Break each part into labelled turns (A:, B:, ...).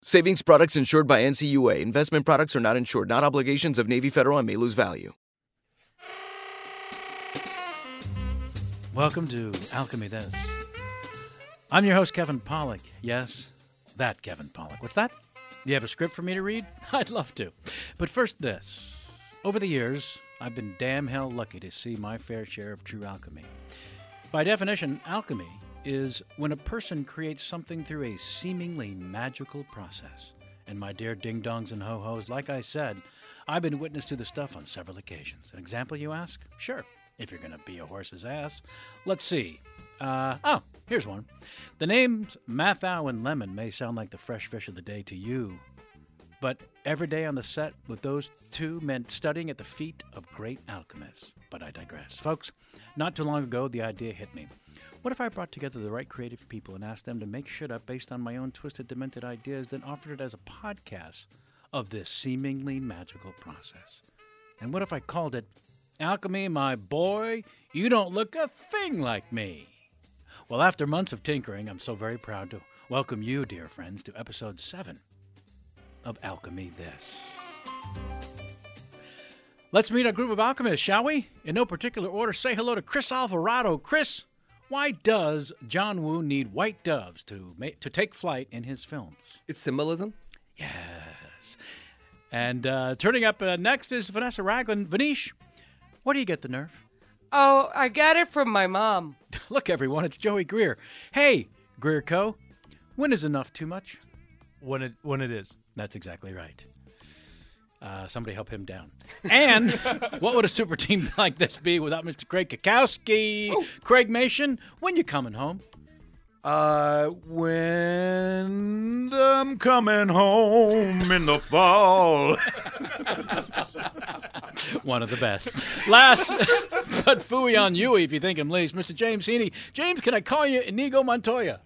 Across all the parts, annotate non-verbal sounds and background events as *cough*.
A: Savings products insured by NCUA. Investment products are not insured, not obligations of Navy Federal and may lose value.
B: Welcome to Alchemy This. I'm your host, Kevin Pollock. Yes, that Kevin Pollock. What's that? You have a script for me to read? *laughs* I'd love to. But first, this. Over the years, I've been damn hell lucky to see my fair share of true alchemy. By definition, alchemy is when a person creates something through a seemingly magical process. And my dear ding dongs and ho hos, like I said, I've been witness to the stuff on several occasions. An example, you ask? Sure, if you're going to be a horse's ass. Let's see. Uh, oh, here's one. The names Mathau and Lemon may sound like the fresh fish of the day to you, but every day on the set with those two meant studying at the feet of great alchemists. But I digress. Folks, not too long ago, the idea hit me. What if I brought together the right creative people and asked them to make shit up based on my own twisted, demented ideas, then offered it as a podcast of this seemingly magical process? And what if I called it Alchemy, my boy, you don't look a thing like me? Well, after months of tinkering, I'm so very proud to welcome you, dear friends, to episode 7 of Alchemy This. Let's meet our group of alchemists, shall we? In no particular order, say hello to Chris Alvarado. Chris, why does John Woo need white doves to make, to take flight in his films?
C: It's symbolism.
B: Yes. And uh, turning up uh, next is Vanessa Raglan. Vanish, where do you get the nerve?
D: Oh, I got it from my
B: *laughs*
D: mom.
B: Look, everyone, it's Joey Greer. Hey, Greer Co. When is enough too much?
C: when it when it is.
B: That's exactly right. Uh, somebody help
C: *laughs*
B: him down. And what would a super team *laughs* like this be without Mr. Craig Kakowski, Craig Mason? When you coming home?
C: Uh, when I'm coming home in the fall.
B: *laughs* One of the best. Last, *laughs* but fooey on you if you think him least, Mr. James Heaney. James, can I call you Inigo Montoya?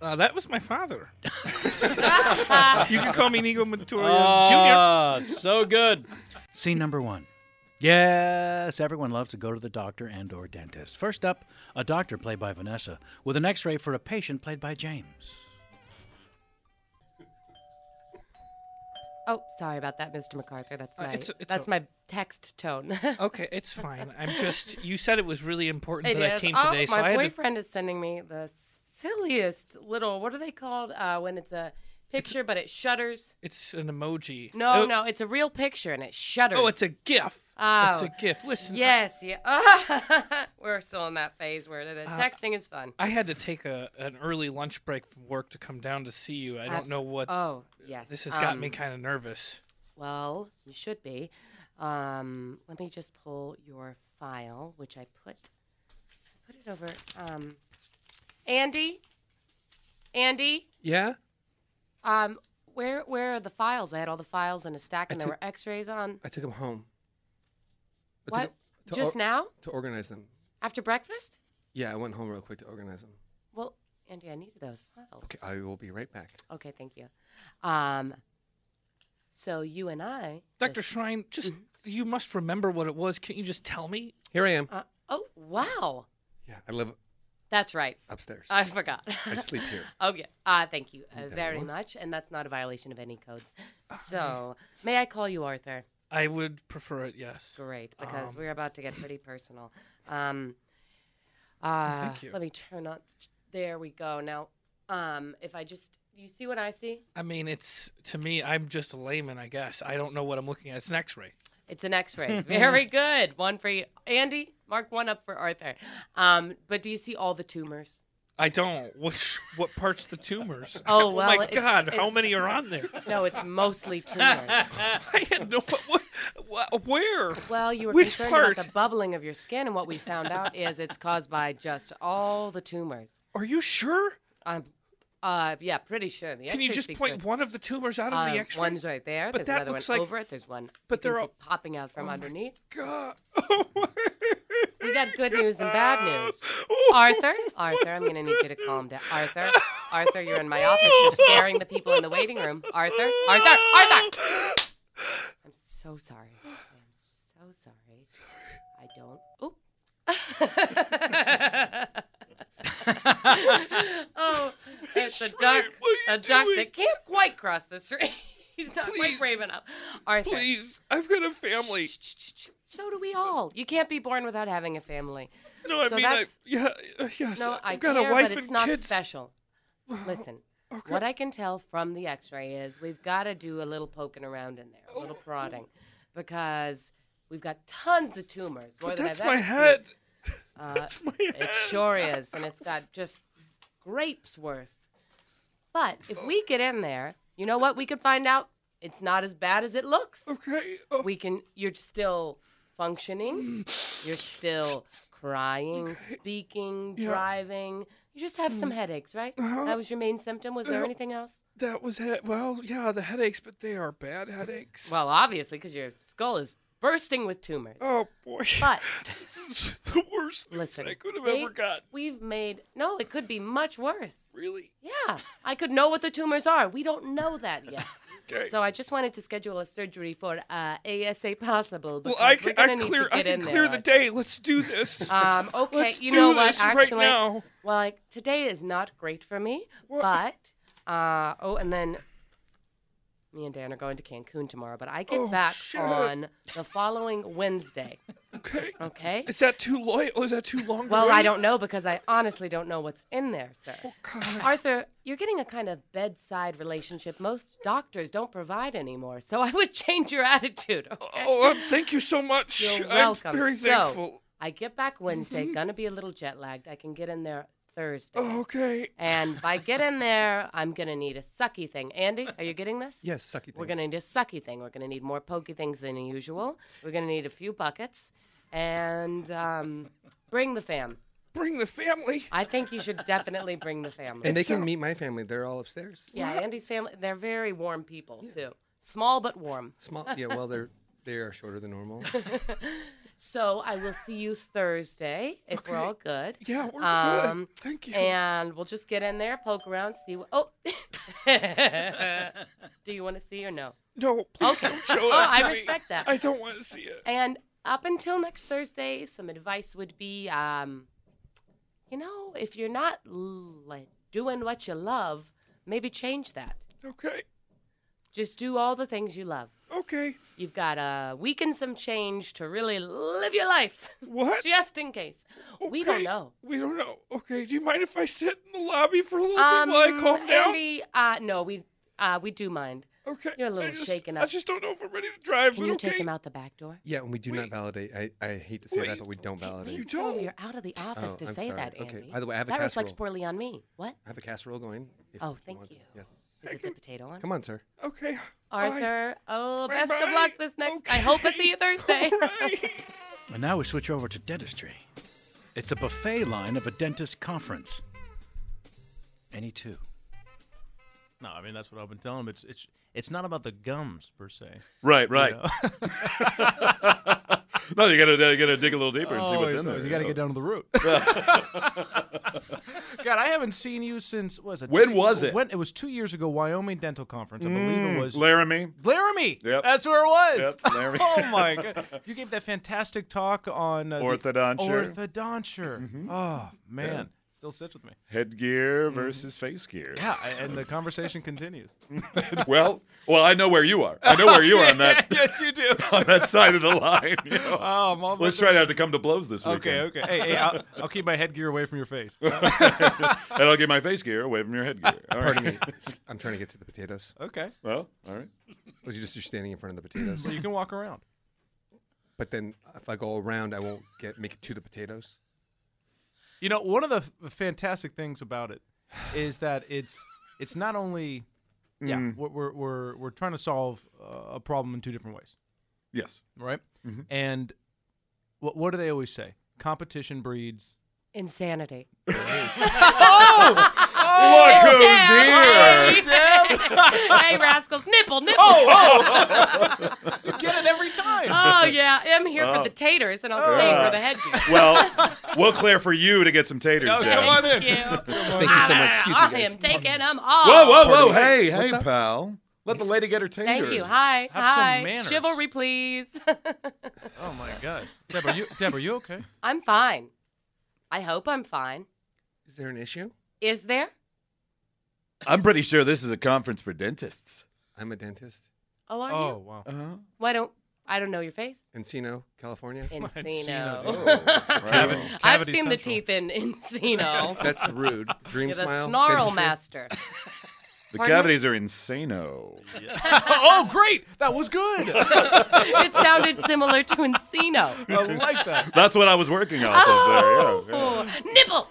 E: Uh, that was
F: *laughs*
E: my father. you can call me Nigo Montoya
B: Ah, so good. Scene number one. Yes, everyone loves to go to the doctor and or dentist. First up, a doctor played by Vanessa with an x-ray for a patient played by James.
F: Oh, sorry about that, Mr. MacArthur. That's
E: Uh,
F: my
E: it's- it's
F: that's
E: o-
F: my text tone. *laughs*
E: Jr. *laughs* Okay, it's fine. I'm just. *laughs* You said it was really important
F: It
E: that I
F: is.
E: came
F: Oh,
E: today, so
F: my
E: I had to.
F: boyfriend is sending me the silliest little. What are they called uh, when it's a picture but it shudders?
E: It's an emoji.
F: No,
E: Oh,
F: no, it's a real picture and it shudders.
E: Oh, it's a GIF. It's
F: Oh.
E: a GIF. Listen, I-
F: Yes, yeah. *laughs* We're still in that phase where the texting is fun.
E: Uh, I, had to take a an early lunch break from work to come down to see you. I don't
F: Abs-
E: know what.
F: Oh, yes.
E: This has got
F: um,
E: me kind of nervous.
F: Well, you should be. Um, let me just pull your file, which I put put it over. Um, Andy, Andy,
E: Yeah.
F: um, where where are the files? I had all the files in a stack, and
G: I
F: there
G: took-
F: were X-rays on.
G: I took them home. I took
F: What?
G: 'em to
F: Just
G: or-
F: now?
G: To organize them.
F: After breakfast?
G: Yeah, I went home real quick to organize them.
F: Well, Andy, I needed those files.
G: Okay, I will be right back.
F: Okay, thank you. Um, so you and I,
E: Dr.
F: just- Mm-hmm.
E: Shrine, just you must remember what it was. Can't you just tell me?
G: Here I am.
F: uh, oh wow,
G: Yeah, I live
F: that's right.
G: upstairs.
F: I forgot.
G: I sleep here.
F: *laughs* Okay. Uh, thank you uh,
G: Okay.
F: very much. And that's not a violation of any codes.
G: Ah.
F: So, may I call you Arthur?
E: I would prefer it, yes.
F: Great, because
E: Um,
F: we're about to get pretty personal. Um, uh,
E: Oh, thank you.
F: Let me turn on. There we go. Now, um, if I just, you see what I see?
E: I mean, it's to me, I'm just a layman, I guess. I don't know what I'm looking at. It's an x ray.
F: It's an X-ray.
E: *laughs*
F: very good. One for you, Andy. Mark one up for Arthur. Um, but do you see all the
E: *laughs*
F: tumors?
E: I don't. Which, what part's the tumors?
F: *laughs* Oh,
E: my
F: well, it's-
E: God, how
F: it's-
E: many are on there?
F: *laughs* No, it's
E: *laughs*
F: mostly tumors.
E: I had no. What, what, where?
F: Well, you were
E: Which
F: concerned
E: part?
F: about the bubbling of your skin, and what we found out is it's caused by just all the tumors.
E: Are you sure?
F: I'm, uh, yeah, pretty sure. The
E: Can you
F: X-ray
E: just
F: speaks
E: point
F: for-
E: one of the tumors out on
F: Um,
E: the x ray?
F: One's right there.
E: But
F: there's
E: that
F: another one
E: looks like-
F: over it. There's one.
E: but
F: you
E: they're
F: can
E: all- Oh
F: see popping out from underneath.
E: God.
F: We got good news and bad news. Arthur, Arthur, I'm gonna need you to calm down. Arthur, Arthur, you're in my office. You're scaring the people in the waiting room. Arthur, Arthur, Arthur. I'm so sorry. I'm so sorry. Sorry. I don't. Oop. *laughs* oh, it's a duck. A duck that can't quite cross the street. *laughs* He's not quite brave enough. Arthur.
E: Please, I've got a family.
F: Shh, shh, shh, shh. So do we all. You can't be born without having a family.
E: No, I
F: so
E: mean, I,
F: that's-
E: yeah, uh, yes,
F: No,
E: I've
F: I
E: got
F: care,
E: a wife
F: but it's
E: and
F: not
E: kids. *sighs*
F: special. Listen, what I can tell from the X-ray is we've got to do a little poking around in there, a
E: Oh.
F: little prodding, because we've got tons of tumors. More
E: But
F: than
E: that's
F: I've
E: my
F: ever seen.
E: head.
F: Uh,
E: *laughs* That's my head.
F: It
E: *laughs*
F: sure is, and it's got just grapes worth. But if we get in there, you know what? We could find out it's not as bad as it looks
E: Okay. Oh,
F: we can you're still functioning you're still crying speaking
E: Yeah. Hmm.
F: driving you just have some headaches right
E: Uh-huh.
F: that was your main symptom was there
E: Yeah.
F: anything else
E: that was it. Well, yeah, the headaches, but they are bad headaches.
F: well obviously because your skull is bursting with tumors
E: oh boy, *laughs*
F: but
E: this is the worst news
F: listen
E: I could have
F: they-
E: ever gotten.
F: we've made no it could be much worse
E: Really?
F: yeah i could know what the tumors are we don't know that yet
E: *laughs* Okay.
F: So I just wanted to schedule a surgery for uh, ASA possible.
E: well,
F: Because
E: I
F: we're
E: can,
F: gonna
E: I
F: need to
E: clear, I
F: get
E: can
F: in there,
E: clear the
F: Arthur.
E: day. Let's do
F: *laughs*
E: this. *laughs*
F: Um, okay,
E: Let's
F: you
E: do
F: know what?
E: this right
F: Actually,
E: now.
F: well, like today is not great for me, but uh, oh, and then me and Dan are going to Cancun tomorrow, but I get
E: Oh,
F: back
E: shit.
F: on the following Wednesday.
E: okay.
F: Okay.
E: Is that too late? Oh, is that
F: *laughs*
E: too long? to
F: Well, I
E: wait? Oh,
F: don't know because I honestly don't know what's in there, sir. Arthur, you're getting a kind of bedside relationship most doctors don't provide anymore. So I would change your attitude. Okay?
E: Oh, um, thank you so much.
F: You're welcome.
E: I'm very
F: so,
E: thankful. Mm-hmm.
F: I get back Wednesday, gonna be a little jet lagged. I can get in there Thursday.
E: Oh, Okay.
F: And by get in there, I'm going to need a sucky thing. Andy, are you getting this?
G: Yes, sucky
F: We're
G: thing.
F: going to need a sucky thing. We're going to need more pokey things than usual. We're going to need a few buckets. And um, bring the fam.
E: Bring the family.
F: I think you should definitely bring the family.
G: And they can meet my family. They're all upstairs.
F: Yeah, Andy's family, they're very warm people, too. Small but warm.
G: Small. Yeah. Well, they're they are shorter than normal.
F: *laughs* So I will see you Thursday if we're all good.
E: Yeah, we're good.
F: Thank you. And we'll just get in there, poke around, see what. Oh, *laughs* *laughs* do you want to see or no?
E: No, please
F: Okay.
E: don't show
F: Oh,
E: that to
F: I
E: me.
F: respect that.
E: I don't want to see it.
F: And up until next Thursday, some advice would be, um, you know, if you're not l- like doing what you love, maybe change that.
E: Okay.
F: Just do all the things you love.
E: Okay.
F: You've got a week and some change to really live your life.
E: What?
F: *laughs* Just in case. We don't
E: Okay.
F: know.
E: We don't know. Okay. Do you mind if I sit in the lobby for a little bit while I calm down?
F: Um, Andy, uh, no, we uh, we do mind.
E: Okay.
F: You're a little
E: I just,
F: shaken
E: I
F: up.
E: just don't know if I'm ready to drive.
F: Can
E: but
F: you
E: okay.
F: take him out the back door?
G: yeah, and we do not validate. I, I hate to say that, but we don't validate.
F: You told him you're out of the office
G: Oh,
F: to
G: I'm
F: say
G: sorry.
F: that,
G: Okay.
F: Andy.
G: By the way, I have a
F: that reflects
G: casserole.
F: poorly on me. What?
G: I have a casserole going. if
F: Oh, thank
G: want it.
F: you.
G: Yes.
F: Is it the potato on?
G: Come on, sir.
E: Okay.
F: Arthur, oh,
E: Bye
F: best of
E: bye.
F: luck this next. I hope I see
H: *laughs*
F: you Thursday. Oh,
B: And now we switch over to dentistry. It's a buffet line of a dentist conference. Any two.
I: No, I mean that's what I've been telling him. It's it's it's not about the gums per se.
C: Right,
I: You
C: right.
I: know?
H: *laughs*
C: *laughs* no, you gotta you gotta dig *laughs* a little deeper and see what's
H: Always,
C: in there.
H: always. Oh, You gotta
C: know.
H: get down to
C: *laughs*
H: the root. God, I haven't seen you since was it?
C: When
H: two-
C: was it?
H: When it was two years ago, Wyoming Dental Conference. I believe
C: Mm,
H: it was
C: Laramie.
H: Laramie.
C: Yep.
H: That's where it was.
C: Yep, Laramie.
H: *laughs* oh my god! You gave that fantastic talk on uh, the-
C: Orthodonture. Mm-hmm.
H: Orthodonture. Oh man, still sits with me.
C: Headgear versus face gear.
H: Mm-hmm. Yeah, a- and the
C: *laughs*
H: conversation continues. *laughs*
C: well, well, I know where you are.
H: Oh,
C: I know where you are on
H: *laughs*
C: that.
H: yes,
C: *laughs*
H: you do.
C: on that side of the line. you know.
H: Oh, I'm all
C: Let's
H: about
C: try
H: to-
C: not to come to blows this weekend.
H: Okay, okay. Hey, hey I'll, I'll keep my headgear away from
C: *laughs*
H: your face.
C: and I'll get my face gear away from your headgear. All right.
G: Pardon me. I'm trying to get to the potatoes.
H: Okay.
C: Well, all right.
G: Well, you just you're standing in front of the potatoes.
H: Well, you can walk around.
G: But then if I go around, I won't get make it to the potatoes.
H: You know, one of the f- fantastic things about it is that it's it's not only yeah
C: Mm.
H: we're, we're we're we're trying to solve uh, a problem in two different ways,
C: Yes.
H: right? And what what do they always say? Competition breeds.
F: Insanity.
H: *laughs* Oh!
F: *laughs* Hey,
H: Look who's here.
F: Deb,
H: *laughs*
F: Hey,
H: Deb.
F: hey, rascals, nipple, nipple.
H: Oh,
F: *laughs*
H: You get it every time.
F: Oh, yeah, I'm here
C: Oh.
F: for the taters, and I'll stay for the headgear.
C: *laughs*
F: *laughs*
C: well, we'll clear for you to get some taters.
F: Oh,
C: Deb.
F: come on in.
C: Thank
F: Thank
C: you
F: you.
C: so much. Excuse
F: I
C: me, guys.
F: am taking them
C: Whoa,
F: all.
C: whoa, whoa!
F: Pardon me.
C: Hey, hey,
F: What's up?
C: pal. Let the lady get her taters.
F: Thank you. Hi,
C: Have some
F: hi.
C: manners.
F: Chivalry, please. *laughs*
H: Oh my God, Deb, are you Deb, are you okay?
F: I'm fine. I hope I'm fine.
G: Is there an issue?
F: Is there?
C: I'm pretty sure this is a conference for dentists.
G: I'm a dentist.
F: Oh, are you?
G: wow.
F: Why don't I don't know
G: *laughs*
F: your face?
G: Encino, California.
H: *laughs*
F: Encino. *laughs* Oh.
G: Oh, Cavity-
F: I've
G: Cavity
F: seen the
G: Central.
F: teeth in *laughs*
G: *laughs*
F: Encino.
G: That's rude. Dream
F: You're the
G: smile,
F: snarl
G: dentistry. *laughs*
F: master. *laughs*
C: The
F: Pardon me?
C: cavities are insano.
H: oh, great! That was good.
F: *laughs* it sounded similar to Encino.
H: I like that.
C: *laughs* That's what I was working off
H: Oh,
C: of there. Yeah, yeah.
F: Nipple.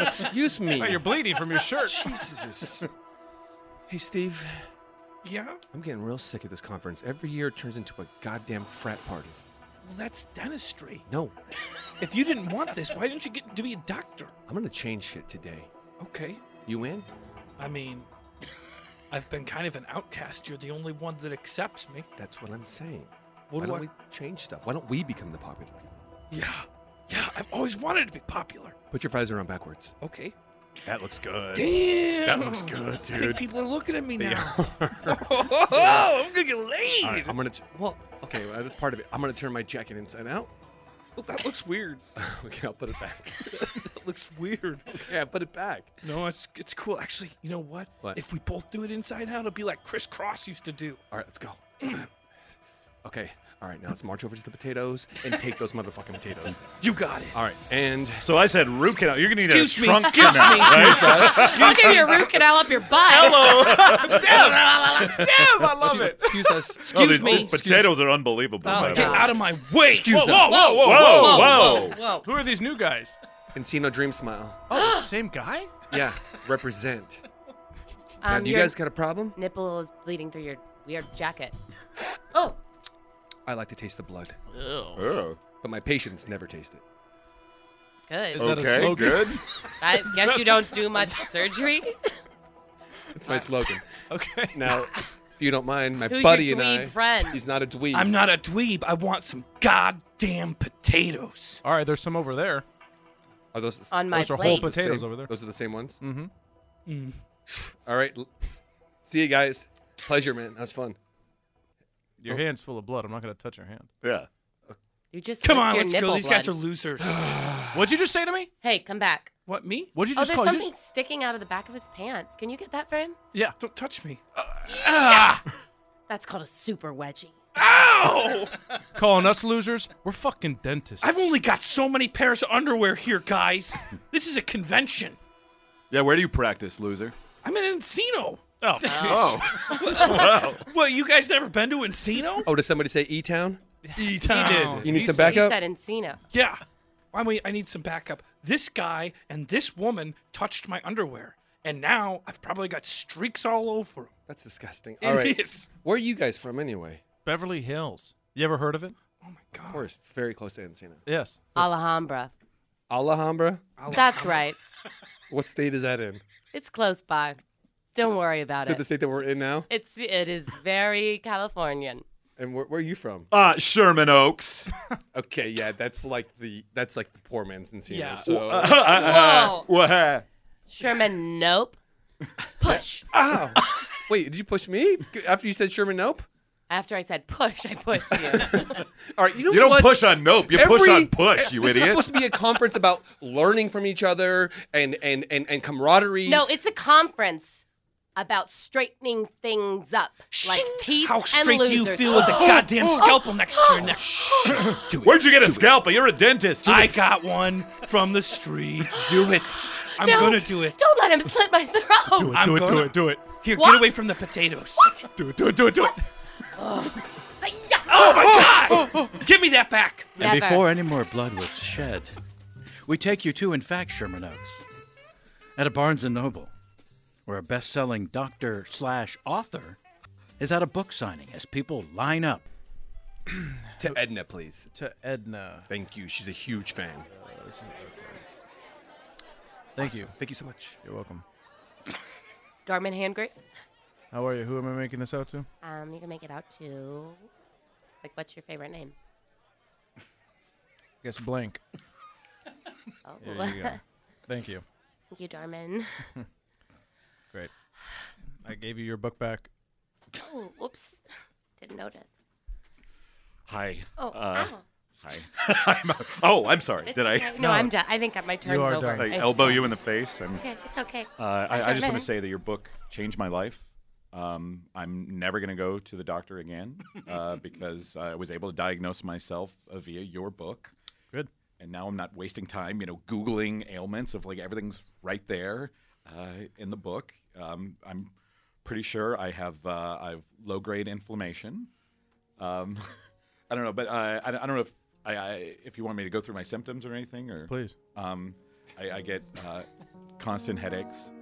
G: *laughs* excuse me.
H: you're bleeding from your shirt.
G: Jesus. Hey, Steve.
E: Yeah.
G: I'm getting real sick of this conference. Every year it turns into a goddamn frat party.
E: Well, that's dentistry.
G: No,
E: If you didn't want this, why didn't you get to be a doctor?
G: I'm gonna change shit today.
E: Okay.
G: You in?
E: I mean, I've been kind of an outcast. You're the only one that accepts me.
G: That's what I'm saying. Why
E: What do
G: don't
E: I-
G: we change stuff? Why don't we become the popular people?
E: Yeah. Yeah. I've always wanted to be popular.
G: Put your visor on backwards.
E: Okay.
C: That looks
G: Uh,
C: good.
E: Damn.
C: That looks good,
E: I think
C: dude.
E: people are looking at me
C: They
E: now. *laughs*
G: Oh,
E: I'm gonna get laid.
G: All right, I'm gonna. T- well, okay, well, that's part of it. I'm gonna turn my jacket inside out.
E: Well, that looks weird.
G: *laughs* okay, I'll put it back.
E: *laughs* that looks weird.
G: Yeah, put it back.
E: No, it's it's cool. Actually, you know what?
G: What?
E: If we both do it inside out, it'll be like Chris Cross used to do.
G: All right, let's
E: *clears throat*
G: go. okay, all right, now let's march over to the potatoes and take those motherfucking potatoes.
E: You got it.
G: All right, and
C: So I said root canal. You're gonna need a
E: Excuse me,
C: trunk
E: excuse
C: canal.
E: me. *laughs*
C: right?
F: *laughs* I'll give you a root canal up your butt. *laughs*
E: Hello.
F: Damn.
H: I
C: *laughs*
H: love it.
G: Excuse us.
C: Oh,
E: Excuse
C: these,
E: me.
C: these potatoes are unbelievable.
F: Oh,
C: by
F: my
C: the
E: Get
C: way.
F: God.
E: out of my way.
G: Excuse
E: whoa, whoa,
G: us.
E: whoa, whoa,
C: Whoa,
F: Whoa,
C: whoa.
F: whoa.
G: *gasps*
H: Who are these new guys?
G: Encino Dream Smile.
H: Oh, same guy?
G: Yeah, represent. now,
F: *laughs* Um,
G: do you
F: your
G: guys got a problem?
F: Nipple is bleeding through your weird jacket. oh,
G: I like to taste the blood.
F: Ew.
G: Oh. But my patients never taste it.
F: good.
G: Is that a Okay, slogan? good.
F: *laughs* I guess you don't do much
G: *laughs*
F: surgery.
G: That's my slogan. okay. Now, if you don't mind, my
F: Who's your
G: buddy and
F: dweeb
G: I.
F: friend?
G: He's not a dweeb.
E: I'm not a dweeb. I want some goddamn potatoes.
H: All right, there's some over there.
G: Are those
E: On my
H: Those are whole
E: plate.
H: potatoes
G: Same-
H: over there.
G: Those are the same ones.
H: Mhm.
G: Mm. All right. l- See you guys. Pleasure, man. That was fun.
H: Your
G: Oh.
H: hand's full of blood. I'm not going to touch your hand. *laughs*
G: Yeah.
F: You just
E: Come
F: licked
E: on,
F: your
E: let's go.
F: nipple
E: These guys are
F: blood.
E: losers. What'd you just say to me?
F: Hey, come back.
E: What me?
F: What oh, there's something sticking out of the back of his pants. Can you get that for him?
E: Yeah. Uh, ah. Don't touch me.
F: That's called a super wedgie.
E: Ow!
H: Calling us losers? We're fucking dentists.
E: I've only got so many pairs of underwear here, guys. *laughs* this is a convention.
C: Yeah, where do you practice, loser?
E: I'm in *laughs* Encino. Oh.
G: Wow. *laughs*
E: well, you guys never been to Encino?
G: Oh, does somebody say E Town?
E: E Town.
G: You need some backup?
F: Encino.
E: Yeah. I mean, I need some backup. This guy and this woman touched my underwear, and now I've probably got streaks all over him.
G: That's disgusting.
E: It
G: All right.
E: is.
G: Where are you guys from anyway?
H: Beverly Hills. You ever heard of it?
F: Oh
G: Of course, it's very close to Encino.
H: Yes.
F: Alhambra.
G: Alhambra?
F: That's right.
G: What state is that in?
F: It's close by. Don't worry about
G: Is it
F: it.
G: the state that we're in now?
F: It's it is very Californian.
G: And where, where are you from?
C: Uh, Sherman Oaks.
G: *laughs* okay, yeah, that's like the that's like the poor man's Encino.
F: Yeah.
G: So. uh, *laughs*
C: *laughs*
F: Wha- Whoa.
C: What?
F: Sherman, nope. Push.
G: *laughs*
F: *laughs*
G: Ow. Wait, did you push me after you said Sherman? Nope.
F: After I said push, I pushed you.
G: *laughs* All right, you,
F: *laughs*
G: know
C: You don't
G: what?
C: push on nope, you push
G: Every-
C: on push, you
G: this
C: idiot.
G: is supposed to be a conference about learning from each other and and and, and camaraderie.
F: no, it's a conference about straightening things up, like teeth
E: How
F: and
E: straight do you
F: losers. Oh!
G: *gasps*
E: feel with the
G: Oh,
F: *gasps*
E: goddamn scalpel next to your neck?
C: Where'd you get a scalpel? You're a dentist.
E: I got one from the street. Do it. I'm
F: Don't-
E: gonna do it.
F: Don't let him slit my throat.
E: I'm gonna- Here,
F: What?
E: get away from the potatoes.
H: Do it, do it, do it, do it.
E: Oh my god! Give me that back.
B: And before any more blood was shed, we take you to, in fact, Sherman Oaks, at a Barnes & Noble, where a best-selling doctor slash author is at a book signing as people line up.
G: *clears throat* to Edna, please.
H: To Edna.
G: Thank you. She's a
B: *laughs*
G: huge fan.
C: Oh,
H: Thank
G: Awesome.
H: you.
G: Thank you so much.
H: You're welcome.
F: Dorman Handgrave.
H: How are you? Who am I making this out to?
F: Um, you can make it out to, like, what's your favorite name?
H: I guess blank.
F: Oh,
H: There
J: *laughs*
H: you go. Thank you.
F: *laughs* Thank
C: *laughs*
F: you, Dorman.
H: Great. I gave you your book back.
F: oh, whoops, didn't
E: *laughs*
F: notice.
C: Hi.
F: Oh,
C: Uh,
F: ow.
C: hi.
K: *laughs*
C: *laughs*
K: uh,
C: I'm, oh, I'm sorry.
F: It's
C: Did
F: okay.
C: I?
F: No, I'm done. I think my turn's
C: are
F: over.
C: done. Like,
F: I-
C: elbow
F: yeah.
C: you in the face. I'm,
F: Okay, it's okay.
C: Uh, I, I
F: don't
C: just want
F: know.
C: to say that your book changed my life. Um, I'm never going to go to the doctor again
H: *laughs*
C: uh, because I was able to diagnose myself via your book.
H: Good.
C: And now I'm not wasting time, you know, Googling ailments of like everything's right there uh, in the book. Um, I'm pretty sure I have uh, I have low grade inflammation. Um, *laughs* I don't know, but uh, I, don't- I don't know if I, I if you want me to go through my symptoms or anything or
H: Please.
C: Um, I, I get uh, constant headaches.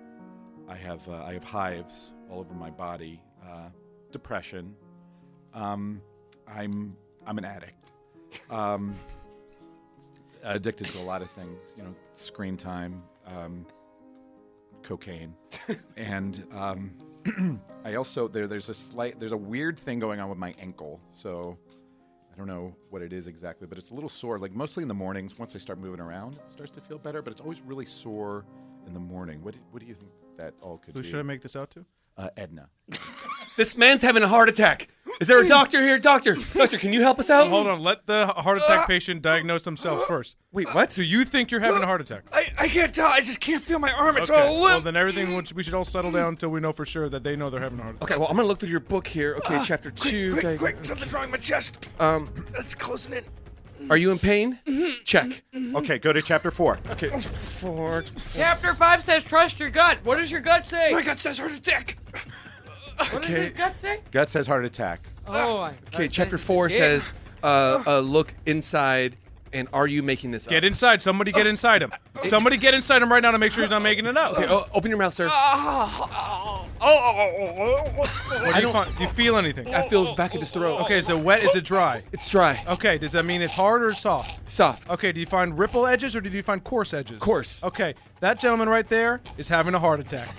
C: I have uh, I have hives all over my body. Uh, depression. Um, I'm I'm an addict. Um, addicted to a lot of things. You know, screen time, um, cocaine, *laughs* and um, *clears throat* I also there there's a slight there's a weird thing going on with my ankle. So I don't know what it is exactly, but it's a little sore. Like mostly in the mornings. Once I start moving around, it starts to feel better. But it's always really sore in the morning. What what do you think that all could
H: Who
C: be?
H: should I make this out to?
C: Uh, Edna. *laughs*
G: This man's having a heart attack. Is there a doctor here? Doctor, doctor, can you help us out?
H: Oh, Hold on. Let the heart attack patient
G: *gasps*
H: diagnose themselves first.
G: Wait, what?
H: So you think you're having a heart attack?
E: I, I can't tell. I just can't feel my arm. It's all
H: Well,
E: limp.
H: then everything we should all settle down until we know for sure that they know they're having a heart attack. Ah,
G: Okay, well, I'm gonna look through your book here. Okay, chapter two.
E: quick,
G: diag-
E: quick, something's wrong with my chest.
G: Um,
E: It's closing in. Mm-hmm.
G: are you in pain? Check.
C: Okay, go to chapter four.
G: Okay, four.
D: Chapter 5 says trust your gut. What does your gut say?
E: My gut says heart attack.
D: What does your gut say?
C: Gut
E: Ah.
C: says heart attack.
D: Oh, I
G: Okay, chapter four says, uh, uh, look inside and are you making this
H: Get
G: up? Oh.
H: inside. Somebody get inside
G: *laughs*
H: him. Somebody get inside him right now to make sure he's not making it up.
G: Okay, o- open your mouth, sir.
H: What do, you find, do you feel anything?
G: I feel the back of his throat.
H: Okay, is it wet? Is it dry?
G: It's dry.
H: Okay, does that mean it's hard or soft?
G: Soft.
H: Okay, do you find ripple edges or did you find coarse edges?
G: Coarse.
H: Okay, that gentleman right there is having a heart attack.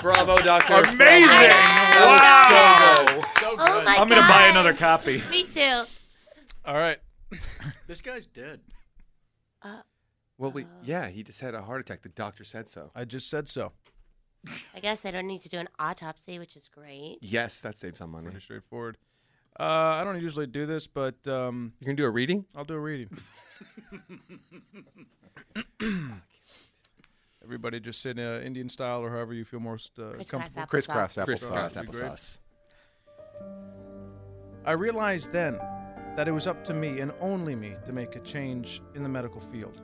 G: Bravo, doctor.
C: Amazing!
G: That was so
C: Wow!
G: good.
C: So
J: Oh my
C: I'm gonna buy
J: God.
C: another
F: *laughs*
C: copy.
J: Me too.
H: All right.
I: This guy's dead.
G: Well, we, yeah, he just had a heart attack. The doctor said so.
H: I just said so.
J: I guess they don't need to do an autopsy, which is great.
G: Yes, that saves some money.
H: Pretty straightforward. Uh, I don't usually do this, but um,
G: You're gonna do a reading?
H: I'll do
G: *laughs*
H: a reading. Everybody just sit uh, Indian style or however you feel most uh,
J: Crisscross
H: comfortable.
J: applesauce. Crisscross
G: Crisscross
H: That'd be great.
G: applesauce.
H: I realized then that it was up to me and only me to make a change in the medical field.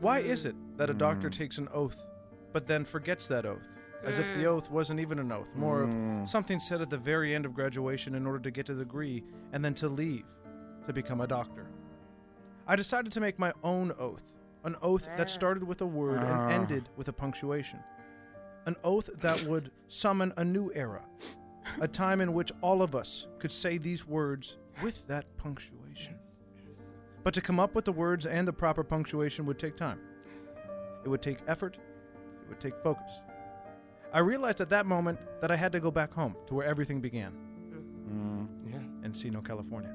H: Why is it that a
G: Mm.
H: doctor takes an oath but then forgets that oath? As if the oath wasn't even an oath, more of something said at the very end of graduation in order to get a degree and then to leave to become a doctor. I decided to make my own oath, an oath that started with a word and ended with a punctuation, an oath that would summon a new era, a time in which all of us could say these words with that punctuation. But to come up with the words and the proper punctuation would take time. It would take effort, it would take focus. I realized at that moment that I had to go back home to where everything began Encino, California.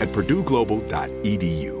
L: at purdueglobal.edu.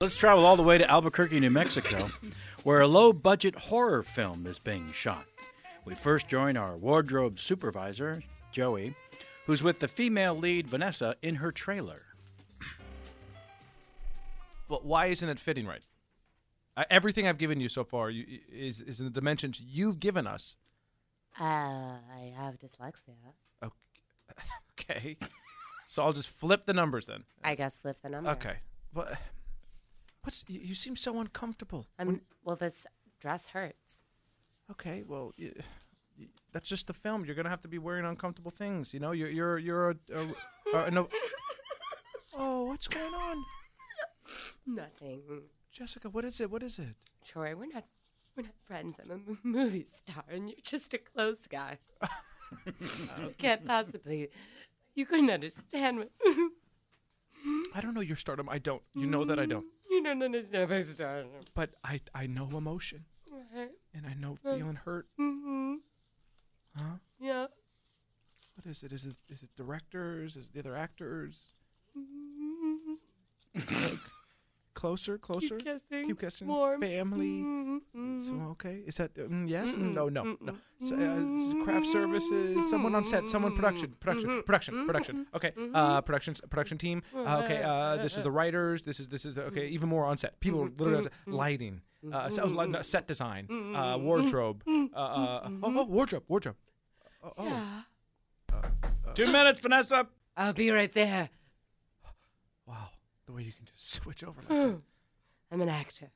B: Let's travel all the way to Albuquerque,
G: *laughs*
B: New Mexico, where a low budget horror film is being shot. We first join our wardrobe supervisor, Joey, who's with the female lead, Vanessa, in her trailer.
H: But why isn't it fitting right? I, everything I've given you so far you, is is in the dimensions you've given us.
J: Uh, I have dyslexia.
H: *laughs* Okay. so I'll just flip the numbers then.
J: I guess flip the number.
H: Okay. But what's you, you seem so uncomfortable.
J: I'm, well, this dress hurts.
H: Okay, well, y y- that's just the film. You're gonna have to be wearing uncomfortable things. You know, you're you're you're a, a, a,
J: *laughs*
H: no. Oh, what's going on?
J: Nothing.
H: Jessica, what is it? What is it?
J: Troy, we're not we're not friends. I'm a m- movie star, and you're just a
H: *laughs*
J: clothes guy. you can't possibly. You couldn't understand what *laughs*
E: I don't know your stardom. I don't. You know that I
J: *laughs*
E: don't.
J: you don't understand my stardom.
E: But I I know emotion, and I know feeling hurt.
J: Mm-hmm.
E: Huh?
J: Yeah.
H: What is it? Is it is it directors? Is it the other actors? Closer, closer.
J: kissing,
H: Keep guessing.
J: warm.
H: Family. So okay. Is that mm, yes? No, no, no. So, uh, s- craft services. Someone on set. Someone production. Production. Production. Production. Okay. Uh, productions. Production team. Uh, okay. Uh, this is the writers. This is this is okay. Even more on set. People literally on set. lighting. Uh, set, li- no, set design. Uh, wardrobe. Uh, uh, oh, oh, wardrobe. Wardrobe. Oh, Uh, oh.
B: Two minutes, Vanessa.
F: I'll be
J: *gasps*
F: right there.
H: The way you can just switch over. Like
F: *sighs*
H: that.
F: I'm an actor.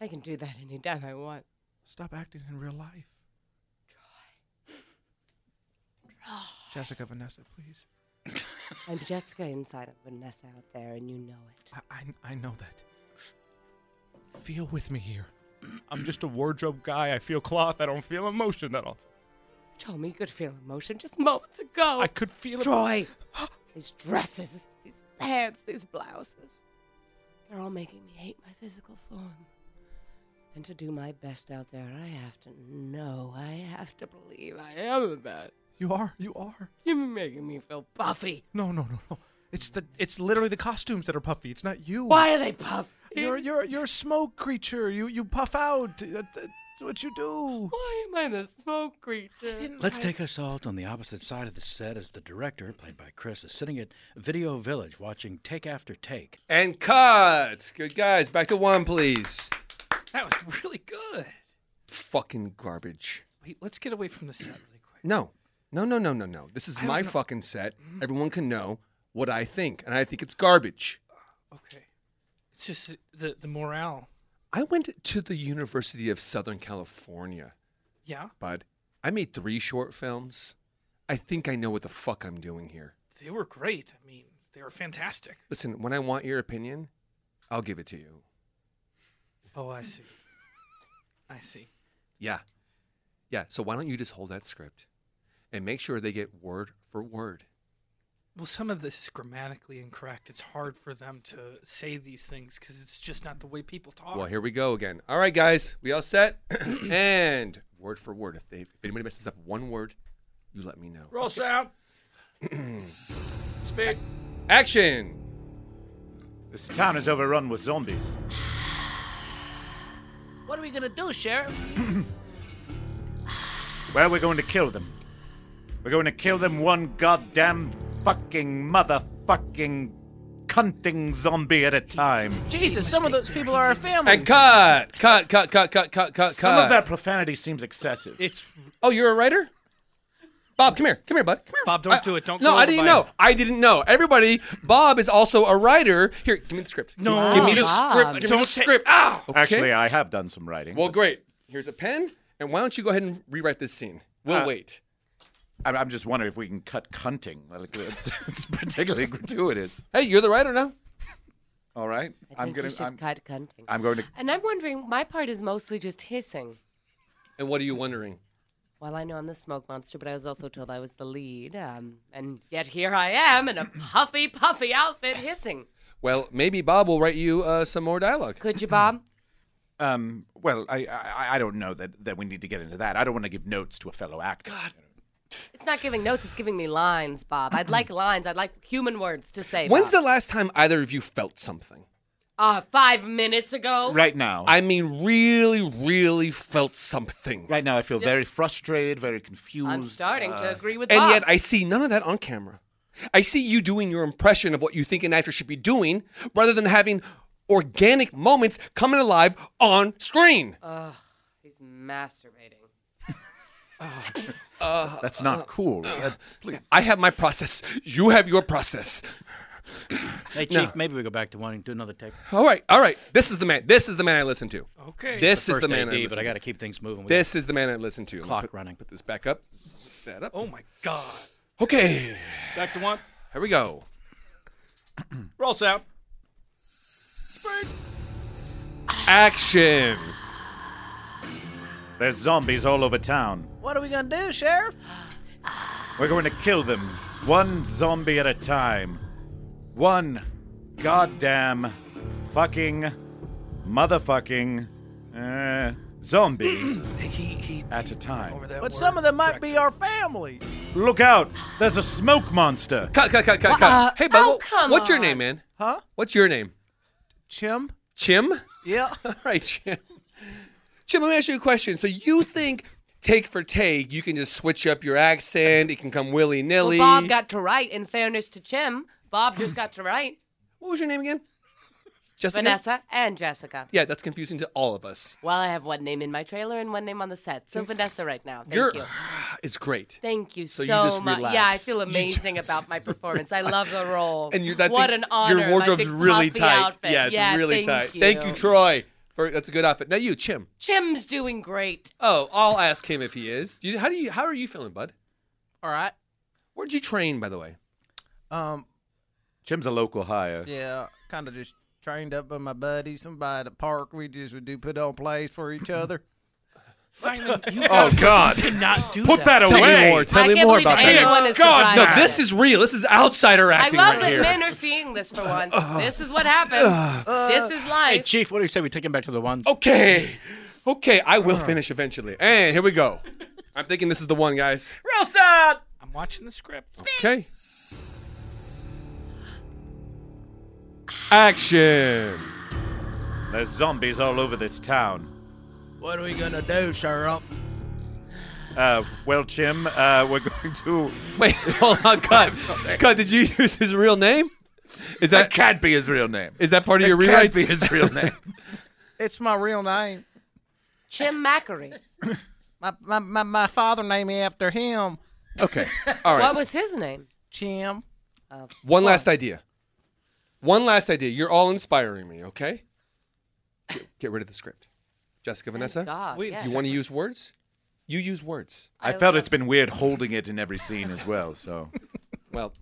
F: I can do that anytime I want.
H: Stop acting in real life. Jessica, Vanessa,
F: *laughs*
H: please.
F: I'm Jessica inside of Vanessa out there, and you know it.
H: I, I know that. Feel with me here. *clears throat* I'm just a wardrobe guy. I feel cloth. I don't feel emotion that often.
F: Tom, you could feel emotion just moments ago.
H: I could feel it. *gasps*
F: Troy, these dresses, these pants, these blouses. They're all making me hate my physical form. And to do my best out there, I have to know, I have to believe I am the best.
H: You are. You are.
F: You're making me feel puffy.
H: No, no, no, no. It's the. It's literally the costumes that are puffy. It's not you.
F: Why are they puffy?
H: You're you're you're a smoke creature. You you puff out. Uh, That's what you do.
F: Why am I the smoke creature?
B: Let's take us all on the opposite side of the set as the director, played by Chris, is sitting at Video Village watching take after take.
G: And cut. Good guys, back to one, please.
E: That was really good.
G: Fucking garbage.
E: Wait, let's get away from the set. really quick.
G: No, no, no, no, no, no. This is
E: I don't
G: my
E: know.
G: fucking set. Everyone can know what I think, and I think it's garbage.
E: It's just the, the the morale.
G: I went to the University of Southern California,
E: Yeah,
G: bud. I made three short films. I think I know what the fuck I'm doing here.
E: they were great. I mean, they were fantastic.
G: Listen, when I want your opinion, I'll give it to you.
E: Oh, I see. I see.
G: Yeah. Yeah. So why don't you just hold that script and make sure they get word for word?
E: Well, some of this is grammatically incorrect. It's hard for them to say these things because it's just not the way people talk.
G: Well, here we go again. All right, guys, we all set? *clears throat* and word for word. If, they, if anybody messes up one word, you let me know.
M: Roll sound. Speak.
G: *clears throat* Action!
K: This town is overrun with zombies.
N: What are we gonna do, Sheriff?
F: *clears throat*
K: Well, we're going to kill them. We're going to kill them one goddamn fucking motherfucking cunting zombie at a time.
N: Jesus, some of those people are our family.
G: And cut! Cut, cut, cut, cut, cut, cut,
K: Some
G: cut.
K: of that profanity seems excessive.
E: It's
G: Oh, you're a writer? Bob, come here. Come here, bud. Come here.
E: Bob, don't do it. Don't
G: No,
E: go
G: I didn't
E: by
G: know. I didn't know. Everybody, Bob is also a writer. Here, give me the script.
E: No,
G: give me the
E: Bob.
G: script. Give me the
E: Don't Ah! say-
G: script. Ow! Okay.
C: uh,
K: Actually, I have done some writing.
G: Well, great. Here's a pen, and why don't you go ahead and rewrite this scene? We'll
K: Uh,
G: wait.
C: I'm, I'm just wondering if we can cut cunting. Like, it's, *laughs* it's particularly gratuitous.
G: Hey, you're the writer now.
C: All right,
F: I think you should cut cunting.
C: I'm going to.
F: And I'm wondering, my part is mostly just hissing.
G: And what are you wondering?
F: Well, I know I'm the smoke monster, but I was also told I was the lead. Um, and yet here I am in a puffy, puffy outfit hissing.
G: Well, maybe Bob will write you uh, some more dialogue.
F: Could you, Bob?
C: *laughs* Um, well, I, I I don't know that, that we need to get into that. I don't want to give notes to a fellow actor. God.
F: It's not giving notes, it's giving me lines, Bob.
G: *clears throat*
F: I'd like lines. I'd like human words to say.
G: When's
F: Bob.
G: the last time either of you felt something?
F: Uh, five minutes ago.
C: now.
G: Oh. I mean, really, really felt something.
C: Right now, I feel very frustrated, very confused. uh,
F: I'm starting to agree with
G: and
F: Bob.
G: yet I see none of that on camera. I see you doing your impression of what you think an actor should be doing rather than having organic moments coming alive on screen.
F: Ugh, he's masturbating.
G: Uh,
C: *laughs* That's not cool.
G: I have my process. You have your process.
B: Hey, Chief,
G: No.
B: maybe we go back to wanting to do another take.
G: All right, all right. This is the man. This is the man I listen to.
B: Okay.
G: This
B: The
G: is the
B: first
G: man
B: AD,
G: I
B: but
G: listen
B: I
G: to.
B: gotta keep things moving. We
G: This is the man I listen to.
B: Clock
G: put,
B: running.
G: Put this back up. zip That up.
E: Oh my god.
G: Okay.
B: Back to one.
G: Here we go.
B: Roll sound.
G: Action.
K: There's zombies all over town.
H: What are we gonna do, Sheriff?
K: We're going to kill them, one zombie at a time. One goddamn fucking motherfucking uh, zombie at a time.
H: But some of them might be our family.
K: Look out! There's a smoke monster.
G: Cut, cut, cut, cut, cut. Hey, bud. what- what's your name, man?
H: Huh?
G: What's your name?
H: Chim?
G: Chim? *laughs*
H: Yeah.
G: All right, Jim. Jim, let me ask you a question. So you think take for take, you can just switch up your accent? It can come willy
F: Well,
G: nilly.
F: Bob got to write, in fairness to Jim. Bob just got to write.
G: What was your name again? Jessica?
F: Vanessa and Jessica.
G: yeah, that's confusing to all of us.
F: Well, I have one name in my trailer and one name on the set. So Vanessa right now. Thank
G: You're *sighs*
F: you.
G: it's great.
F: Thank you
G: So
F: so,
G: you just
F: much. Yeah, I
G: relax.
F: feel
G: You *laughs*
F: amazing
G: just
F: about my performance. I love the role.
G: *laughs* And you're, I
F: what
G: think
F: an honor.
G: Your
F: my
G: wardrobe's
F: big
G: really
F: puffy
G: tight.
F: outfit.
G: Yeah, it's really
F: thank
G: tight.
F: You.
G: Thank you, Troy. For, that's a good outfit. Now you, Chim.
F: Chim's doing great.
G: Oh, I'll ask him if he is. You, how do you? How are you feeling, bud?
H: All right.
G: Where'd you train, by the way?
H: *laughs* Um,
K: Jim's a local hire.
H: yeah, kind of just trained up by my buddy, somebody at the park. We just would do put on plays for each other.
E: Simon, you
K: Oh,
H: *laughs*
K: God.
H: cannot do
K: Put that
G: Tell me
K: away.
G: more. Tell
F: I
G: me
F: can't
G: more
F: believe
G: about
F: anyone
G: that.
F: is surprised
G: no,
F: by
G: this is real. This is outsider
F: I
G: acting
F: love
G: right
F: that
G: here. *sighs*
F: men are seeing this for once. this is what happens. this is
B: Hey,
F: life.
B: Chief, what do you say we take him back to the ones?
G: Okay, okay, I will finish eventually. And here we
F: *laughs*
G: go. I'm thinking this is the one, guys.
B: Roll sound.
E: I'm watching the script.
G: Okay. Action.
K: There's zombies all over this town.
H: What are we gonna do, Sheriff?
K: Uh, well, Chim, uh, we're *laughs* going to.
G: Wait, hold
K: *laughs*
G: on, cut, cut. Did you use his real name? Is that
C: can't be his real name.
G: is that part of
C: It
G: your
C: can't
G: rewrite?
C: be his real name.
H: It's my real name.
F: Chim Mackery.
H: *coughs* My my, my, my father named me after him.
F: *laughs*
G: okay, all right.
F: What was his name?
H: Chim.
G: One last idea. One last idea. You're all inspiring me. Okay. Get, get rid of the script, Jessica, Vanessa.
F: God, Wait a yes.
G: you want to use words? You use words.
C: I felt it's been weird holding it in every scene as well. So
G: *laughs* Well,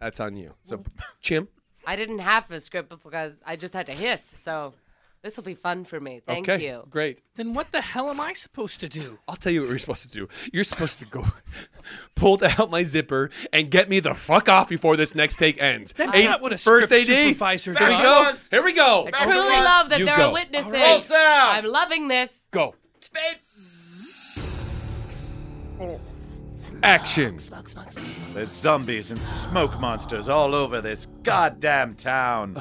G: that's on you. So, Chim.
F: I didn't have a script because I just had to hiss. So this will be fun for me. Thank
G: okay,
F: you.
G: Great.
E: Then what the hell am I supposed to do?
G: I'll tell you what you're supposed to do. You're supposed to go *laughs* pull out my zipper and get me the fuck off before this next take ends.
E: That's
G: Hey,
E: not what a
G: first
E: script
G: AD.
E: supervisor
G: Here we
E: does.
G: go. Here we go.
F: I truly love that
G: You
F: there
G: go.
F: are witnesses.
H: Roll sound.
F: I'm loving this.
G: Go.
F: Spit.
G: *laughs* Action.
K: There's zombies and smoke monsters all over this goddamn town.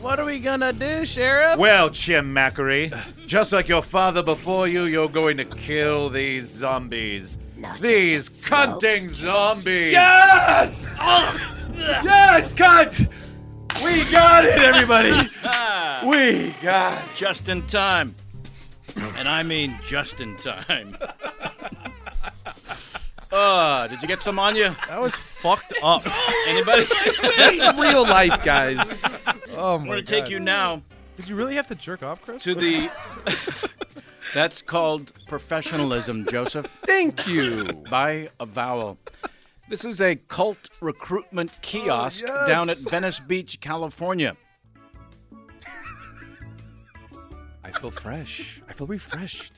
H: What are we gonna do, Sheriff?
K: Well, Chim Mackery, just like your father before you, you're going to kill these zombies. these cunting zombies!
G: Yes. yes, cut. We got it,
B: *laughs*
G: everybody. we got.
B: Just in time. and I mean just in
G: *laughs*
B: time.
G: Oh,
B: Uh, did you get some on you? That was fucked up. *laughs* Anybody?
G: That's real life, guys.
O: Oh my
B: I'm going to take you now
O: Did you really have to jerk off, Chris?
B: to the *laughs* That's called professionalism, Joseph.
A: Thank you.
B: By avowal. This is a cult recruitment kiosk
A: Oh, yes.
B: down at Venice Beach, California.
G: I feel fresh. I feel refreshed.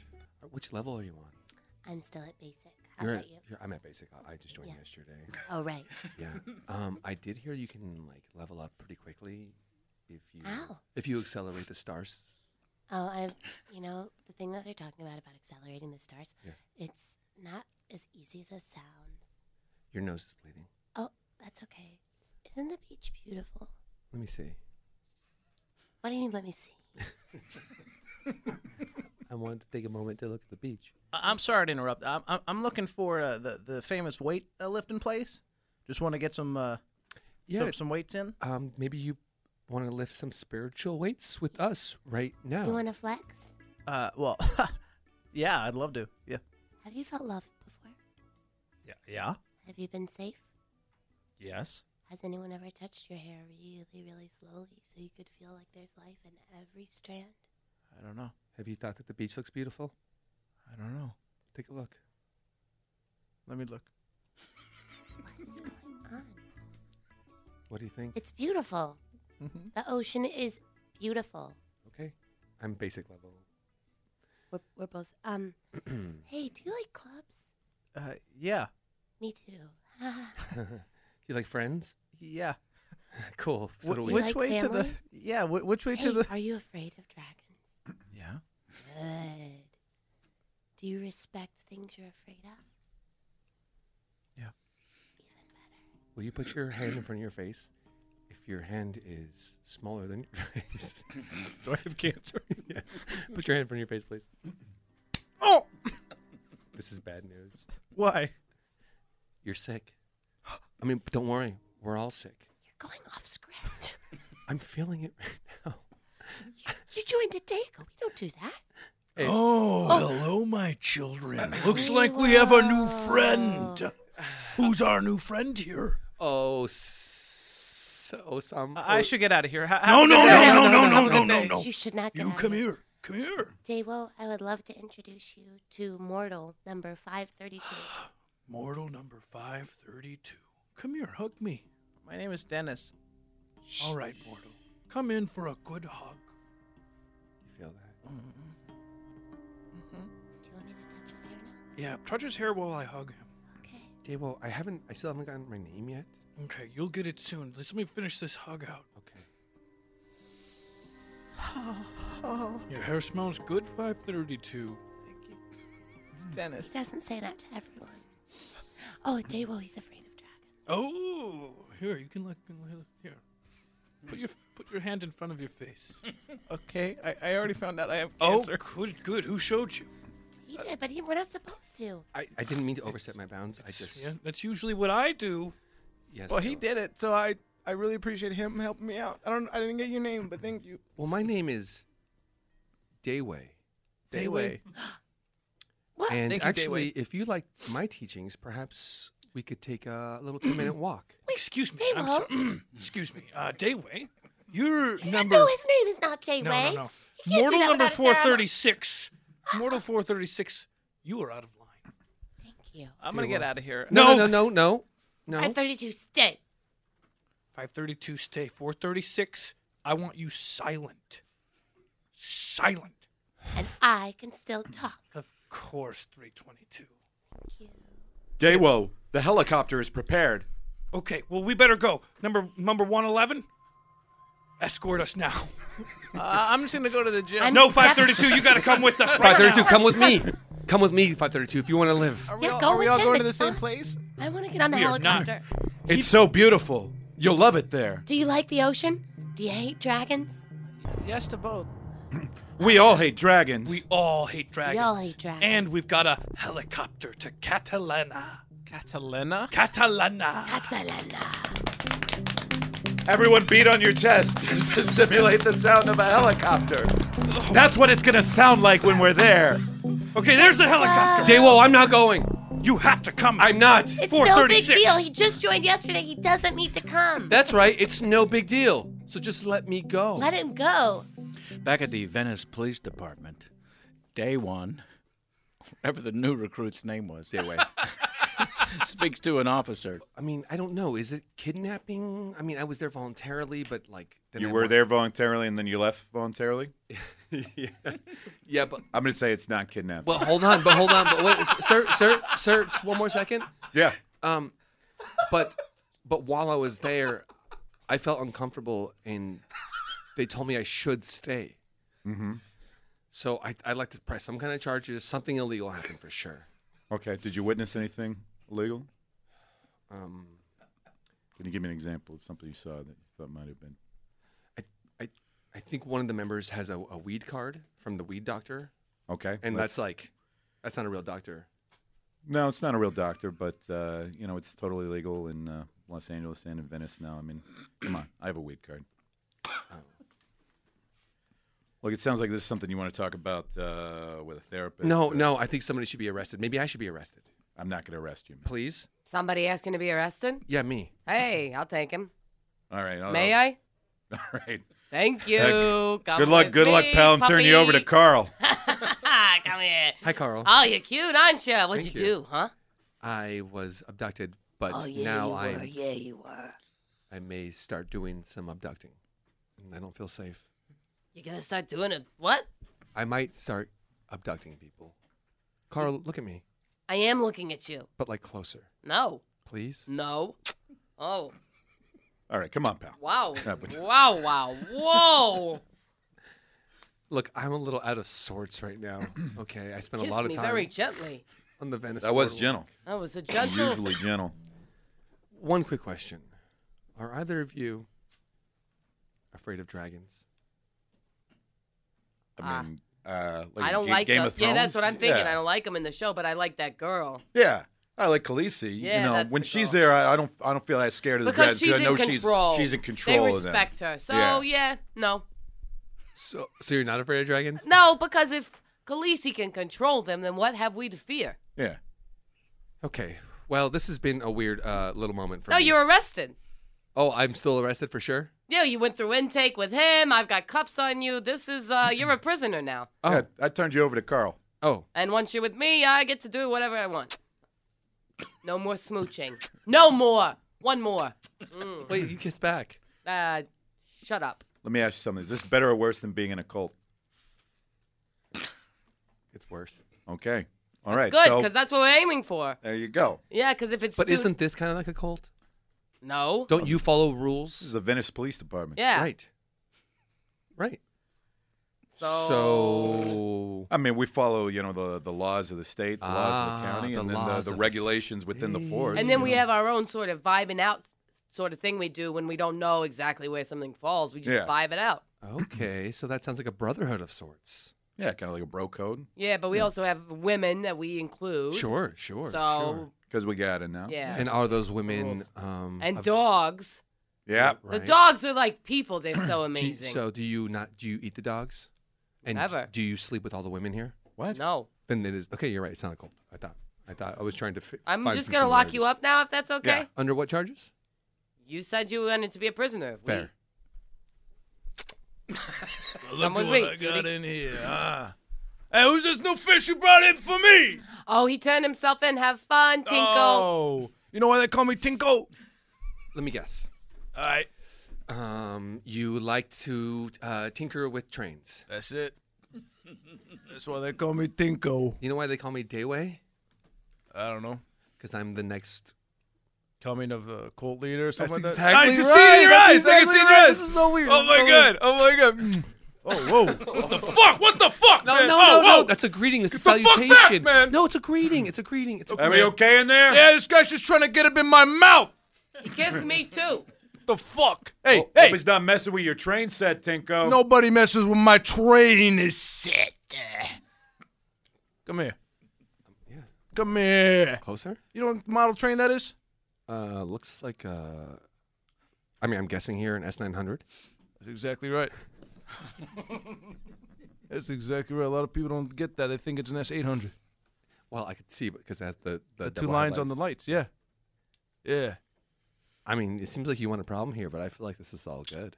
G: Which level are you on?
J: I'm still at basic. How
G: You're,
J: about you?
G: you're- I'm at basic. I- I just joined yesterday.
J: Oh, right.
G: Yeah. Um, I did hear you can like level up pretty quickly if you
J: Ow.
G: if you accelerate the stars.
J: Oh, I've, you know, the thing that they're talking about about accelerating the stars,
G: Yeah.
J: it's not as easy as it sounds.
G: Your nose is bleeding.
J: Oh, that's okay. Isn't the beach beautiful?
G: Let me see.
J: What do you mean, let
G: *laughs*
J: me see?
G: I wanted to take a moment to look at the beach.
H: I- I'm sorry to interrupt. I'm I'm, I'm looking for uh, the the famous weight uh, lifting place. Just want to get some uh,
G: Yeah.
H: some, some weights in.
G: Um, maybe you want to lift some spiritual weights with us right now.
J: You want to flex?
H: Uh, well, *laughs* yeah, I'd love to. Yeah,
J: Have you felt love before?
H: yeah, yeah.
J: Have you been safe?
H: Yes.
J: Has anyone ever touched your hair really, really slowly so you could feel like there's life in every strand?
H: I don't know.
G: Have you thought that the beach looks beautiful?
H: I don't know.
G: Take a look.
H: Let me look.
J: What is going on?
G: What do you think?
J: It's beautiful.
H: Mm-hmm.
J: The ocean is beautiful.
G: Okay. I'm basic level.
J: We're, we're both. Um, hey, do you like clubs?
H: Uh, yeah,
J: Me too. *laughs*
G: do *laughs* you like friends?
H: yeah.
G: *laughs* Cool. So
H: Wh-
G: do we.
H: which way to the?
J: families?
H: Yeah, wh- which way
J: hey,
H: to the?
J: Are you afraid of dragons?
H: *clears throat* Yeah.
J: Good. Do you respect things you're afraid of?
G: Will you put your hand in front of your face? If your hand is smaller than your *laughs*
E: *laughs*
G: face, do I have cancer? *laughs* yes. Put your hand in front of your face, please.
H: Oh,
G: This is bad news.
H: why?
G: You're sick. I mean, don't worry. We're all sick.
J: You're going off script.
G: *laughs* I'm feeling it right now.
J: you joined a Dago. We don't do that.
E: Oh,
J: Oh.
E: hello, my children. Looks like we have a new friend. Who's our new friend here?
G: Oh, s- Osam.
H: I I should get out of here.
E: No, no, no, no, no, no, no, no, no.
J: You should not. Get
E: You
J: out
E: come
J: of it.
E: here. Come here.
J: Dago, I would love to introduce you to mortal number 532.
E: Mortal number 532. Come here, hug me.
H: My name is Dennis.
E: All right, mortal. Come in for a good hug.
G: You feel that?
E: Mm-hmm.
J: Do you want me to touch his hair now?
E: Yeah, touch his hair while I hug him.
G: Dave, well, I haven't. I still haven't gotten my name yet.
E: Okay, you'll get it soon. Let's, let me finish this hug out. Your hair smells good, 532.
H: It's Dennis.
J: He doesn't say that to everyone. Oh, Dago, he's afraid of dragons.
E: Oh, here, you can look. Here. Put your, put your hand in front of your face.
H: Okay, I, I already found out I have
E: Oh,
H: cancer.
E: good, good. Who showed you?
J: He did, but he, we're not supposed to.
G: I, I didn't mean to overstep my bounds. I just.
E: Yeah, that's usually what I do.
G: Yes.
H: well, he
G: Dave.
H: did it, so I I really appreciate him helping me out. I don't I didn't get your name, but thank you.
G: Well, my name is Dayway.
H: Dayway.
J: What?
G: And
H: Thank you,
G: actually,
H: Dayway.
G: if you like my teachings, perhaps we could take a little
J: *clears throat*
G: two-minute walk.
E: Excuse me. I'm so- *clears throat* excuse me. Uh, Dayway, you're
J: He said,
E: number.
J: no, his name is not Dayway.
E: no, no, no.
J: He can't do
E: Mortal
J: that
E: number
J: without a ceremony.
E: 436.
J: *gasps*
E: Mortal 436. You are out of line.
J: Thank you.
H: I'm gonna get out of here.
G: No, no, no, no, no.
J: *laughs*
G: no.
J: 532, stay.
E: 532, stay. 436. I want you silent. Silent.
J: And I can still talk.
E: Of course, 322.
K: Daywhoa, the helicopter is prepared.
E: Okay, well, we better go. Number number 111, escort us now.
H: Uh, I'm just gonna go to the gym.
E: no, 532, you got to come
G: *laughs*
E: with us right
G: 532,
E: now.
G: come with me. Come with me, 532, if you want to live.
H: Are we
J: Yeah,
H: all,
J: go
H: are we
J: with
H: all
J: him,
H: going to the
J: it's
H: same
J: fine.
H: place?
J: I want to get on the
K: We are not-
J: helicopter.
K: It's so beautiful. You'll love it there.
J: Do you like the ocean? Do you hate dragons?
H: Yes to both.
K: We all hate dragons.
E: We all hate dragons.
J: all hate dragons.
E: And we've got a helicopter to Catalana.
H: Catalina.
E: Catalana.
J: Catalana.
K: Everyone beat on your chest *laughs* to simulate the sound of a helicopter. That's what it's gonna sound like when we're there.
E: Okay, there's the helicopter.
G: Daywall, I'm not going.
E: You have to come.
G: I'm not.
J: It's no big
E: 436.
J: deal. He just joined yesterday. He doesn't need to come.
G: That's right. It's no big deal.
B: Oh.
G: So just let me go.
J: Let him go.
B: Back at the Venice Police Department, day one, whatever the new recruit's name was, anyway, *laughs* speaks to an officer.
G: I mean, I don't know. Is it kidnapping? I mean, I was there voluntarily, but like then
C: you
G: I
C: were
G: wa-
C: there voluntarily and then you left voluntarily?
B: *laughs*
C: yeah.
G: *laughs* Yeah, but
C: I'm going to say it's not kidnapping. *laughs*
G: But hold on, but hold on, but wait, sir, sir, sir, just one more second.
C: Yeah.
G: Um, but but while I was there, I felt uncomfortable, and they told me I should stay.
C: Mhm.
G: So I I'd like to press some kind of charges. Something illegal happened for sure.
C: Okay. Did you witness anything illegal? Um, Can you give me an example of something you saw that you thought might have been?
G: I I think one of the members has a, a weed card from the weed doctor.
C: Okay,
G: and
C: let's-
G: that's like that's not a real doctor.
C: No, it's not a real doctor, but uh, you know it's totally legal in uh, Los Angeles and in Venice now. I mean, come on, I have a weed card.
G: Oh.
C: Look, it sounds like this is something you want to talk about uh, with a therapist.
G: No,
C: or-
G: no, I think somebody should be arrested. Maybe I should be arrested.
C: I'm not going to arrest you.
G: Please?
F: Somebody asking to be arrested?
G: Yeah, me.
F: Hey, I'll take him.
C: All right. I'll-
F: May
C: I'll-
F: I?
C: *laughs* All right.
F: Thank you.
C: Heck,
F: Come
C: good luck.
F: with
C: Good luck,
F: me,
C: pal. I'm turning you over to
F: puppy.
C: Carl.
F: *laughs* Come here.
G: Hi, Carl.
F: Oh, you're cute, aren't you? What'd
G: Thank
F: you,
G: you.
F: do, huh?
G: I was abducted, but
F: oh, yeah,
G: now
F: you
G: I
F: were. Yeah, you were.
G: I may start doing some abducting. And I don't feel safe.
F: You're gonna start doing it. What?
G: I might start abducting people. Carl, look at me,
F: I am looking at you.
G: but like closer,
F: No.
G: please.
F: No. Oh.
C: All right, come on, pal. *laughs*
F: Wow.
G: Yeah, but-
F: wow. Wow. Whoa.
G: Look, I'm a little out of sorts right
C: *clears throat*
G: now. Okay, I spent
F: Kiss
G: a lot of
F: me
G: time
F: very gently.
G: on the Venice.
C: That was
G: boardwalk.
C: gentle.
F: That was a gentle.
C: Usually gentle.
G: One quick question: Are either of you afraid of dragons?
C: I mean, uh, like
F: I don't
C: Ga-
F: like
C: Game
F: the-
C: of Thrones.
F: Yeah, that's what I'm thinking.
C: Yeah.
F: I don't like him in the show, but I like that girl.
C: Yeah. I like Khaleesi.
F: Yeah,
C: you know,
F: that's
C: when she's there, I, I don't, I don't feel as scared of
F: Because
C: the dragons
F: she's
C: I know
F: in control.
C: She's, she's in control.
F: They
C: of them.
F: respect her. So
C: Yeah.
F: yeah. no,
G: So, so you're not afraid of dragons?
F: no, because if Khaleesi can control them, then what have we to fear?
C: Yeah.
G: Okay. Well, this has been a weird uh, little moment for
F: no,
G: me.
F: you're arrested.
G: Oh, I'm still arrested for sure.
F: Yeah, you went through intake with him. I've got cuffs on you. This is uh, you're a prisoner now.
C: Oh, I turned you over to Carl.
G: Oh,
F: And once you're with me, I get to do whatever I want. No more smooching. No more. One more. Mm.
G: Wait, you kissed back.
F: Uh, shut up.
C: Let me ask you something. Is this better or worse than being in a cult?
G: It's worse.
C: Okay. All
F: It's
C: right.
F: good
C: So
F: because that's what we're aiming for.
C: there you go.
F: Yeah, because if it's
G: But
F: too-
G: isn't this kind of like a cult?
F: no,
G: Don't you follow rules?
C: This is the Venice Police Department.
F: Yeah.
G: Right. Right.
F: So,
G: So
C: I mean, we follow, you know, the, the laws of the state, the laws of the
G: Ah,
C: county,
G: the
C: and then the,
G: laws
C: the
G: of the
C: regulations within the force.
F: And then
C: you
F: we
C: know.
F: have our own sort of vibing out sort of thing we do when we don't know exactly where something falls. We just
G: Yeah.
F: vibe it out.
G: okay, so that sounds like a brotherhood of sorts.
C: Yeah, kind of like a bro code.
F: Yeah, but we also have women that we include.
G: Sure, sure,
F: So
C: Because we got it now.
F: Yeah.
G: And are those women?
F: Rules.
G: Um,
F: and
G: of-
F: dogs.
C: Yeah.
F: The
G: right?
F: dogs are like people. They're
G: *clears throat*
F: so
G: Do you-
F: amazing.
G: so do you not? Do you eat the dogs? And d-
F: Never.
G: Do you sleep with all the women here?
C: What?
F: No.
G: Then it is okay. You're right. It's not a cult. I thought. I thought I was trying to. Fi-
F: I'm
G: find
F: just
G: some
F: gonna lock you
G: similarities.
F: up now if that's okay.
G: Yeah. Under what charges?
F: You said you wanted to be a prisoner. We-
G: Fair.
F: Come with
D: what
F: me,
D: I got
F: cutie.
D: in here. huh? Hey, who's this new fish you brought in for me?
F: Oh, he turned himself in. Have fun, Tinkle.
D: Oh.
G: You know why they call me Tinko? Let me guess.
D: All right.
G: Um, you like to uh, tinker with trains.
D: That's it.
G: That's why they call me Tinko. You know why they call me Dayway? I don't know. Because I'm the next.
H: Coming of a cult leader or something
G: That's
H: like that.
G: exactly Nice to see it in right. your That's eyes. I can exactly see it in your right. eyes.
H: This is so weird.
G: Oh
H: This is
G: my
H: so
G: God. Oh
H: weird.
G: my god.
H: *laughs* Oh whoa.
G: What
D: the fuck? What the fuck,
G: No,
D: man?
G: no,
D: Oh,
G: no, no.
D: whoa.
G: That's a greeting. That's a
D: Get the fuck
G: salutation.
D: back,
G: man. No, it's a greeting. It's a greeting. It's a
D: Are
G: greeting.
D: we
C: okay in there?
D: Yeah, this guy's just trying to get up in my mouth.
F: He kissed me too.
D: The fuck?
C: Hey, hope hey. he's not messing with your train set,
D: Oh.
C: Tinko.
H: Nobody messes with my train is set. Come here. Come here.
G: Closer?
H: You know what model train that is?
G: Uh, looks like uh, I mean, I'm guessing here an S900.
H: That's exactly right. That's exactly right. A lot of people don't get that. They think it's an S800.
G: Well, I could see because it has the the,
H: The two
G: double
H: lines on the
G: headlights.
H: lights. Yeah. Yeah.
G: I mean, it seems like you want a problem here, but I feel like this is all good.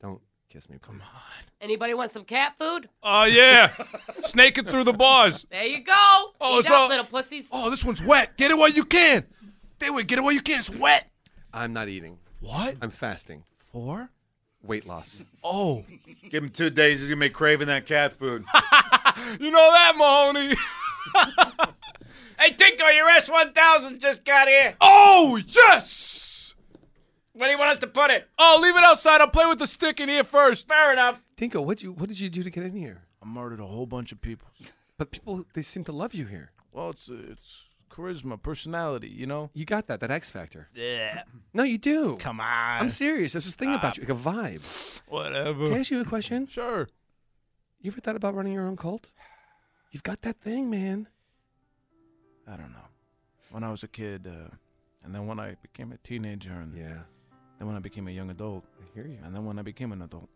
G: Don't Kiss me, Come on.
F: Anybody want some cat food?
D: Oh yeah, *laughs* snaking through the bars.
F: There you go.
D: Oh,
F: Eat
D: it's
F: up,
D: all-
F: little pussies.
D: Oh, this one's wet. Get it while you can. They would get it while you can. It's wet.
G: I'm not eating.
D: What?
G: I'm fasting.
D: Four?
G: Weight loss.
D: Oh.
K: Give him two days. He's going to be craving that cat food.
D: You know that, Mahoney.
P: *laughs* Hey, Tinko, your S1000 just got here.
D: Oh yes.
P: Where do you want us to put it?
D: Oh, leave it outside. I'll play with the stick in here first.
P: Fair enough.
G: Tinko, what you what did you do to get in here?
H: I murdered a whole bunch of people.
G: But people, they seem to love you here.
H: Well, it's it's charisma, personality, you know.
G: You got that, that X factor.
H: Yeah.
G: No, you do.
H: Come on.
G: I'm serious. There's this thing about you, like a vibe.
D: Whatever.
G: Can I ask you a
H: *sighs*
G: question?
D: Sure.
G: You ever thought about running your own cult? You've got that thing, man.
H: I don't know. When I was a kid, uh, and then when I became a teenager, and
G: yeah,
H: then when I became a young adult, I
G: hear you.
H: And then when I became an adult,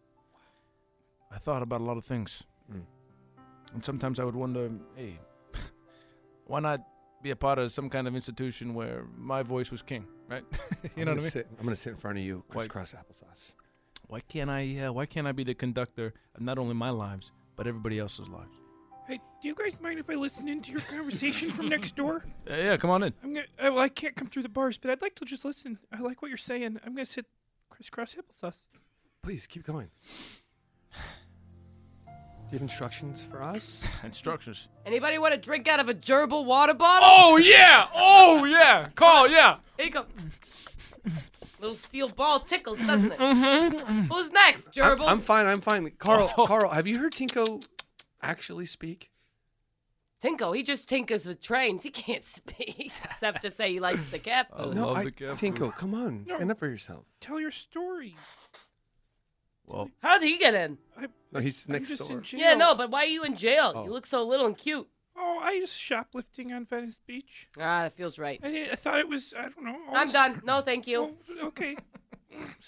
H: I thought about a lot of things,
G: Mm.
H: and sometimes I would wonder, hey, *laughs* why not be a part of some kind of institution where my voice was king, right? *laughs* you
G: I'm
H: know
G: gonna
H: what I mean?
G: sit- I'm gonna sit in front of you,
H: Why-
G: crisscross applesauce.
H: Why can't I? Uh, why can't I be the conductor of not only my lives but everybody else's lives?
E: Hey, do you guys mind if I listen into your conversation from next door?
H: Yeah, yeah, come on in.
E: I'm gonna. I, well, I can't come through the bars, but I'd like to just listen. I like what you're saying. I'm gonna sit crisscross applesauce.
G: Please keep going. Do you have instructions for us?
H: *sighs* Instructions.
F: Anybody want to drink out of a gerbil water bottle?
D: Oh yeah. Oh yeah. Call yeah.
F: Here you go. Little steel ball tickles, doesn't it? Mm-hmm. Who's next,
G: I'm,
F: gerbils?
G: I'm fine. I'm fine.
H: *laughs*
G: Carl, Carl, have you heard Tinko actually speak?
F: Tinko, he just tinkers with trains. He can't speak *laughs* except to say he likes the cat food.
G: no, I, Tinko, come on, stand up for yourself.
E: Tell your story.
G: Well,
F: How did he get in?
G: no, he's
E: I'm
G: next
E: just
G: door.
E: in jail.
F: Yeah, no, but why are you in jail?
G: Oh.
F: You look so little and cute.
E: Oh, I was shoplifting on Venice Beach.
F: Ah, that feels right.
E: I, did, I thought it was. I don't know.
F: I'm
E: always-
F: done. No, thank you. *laughs*
E: Okay.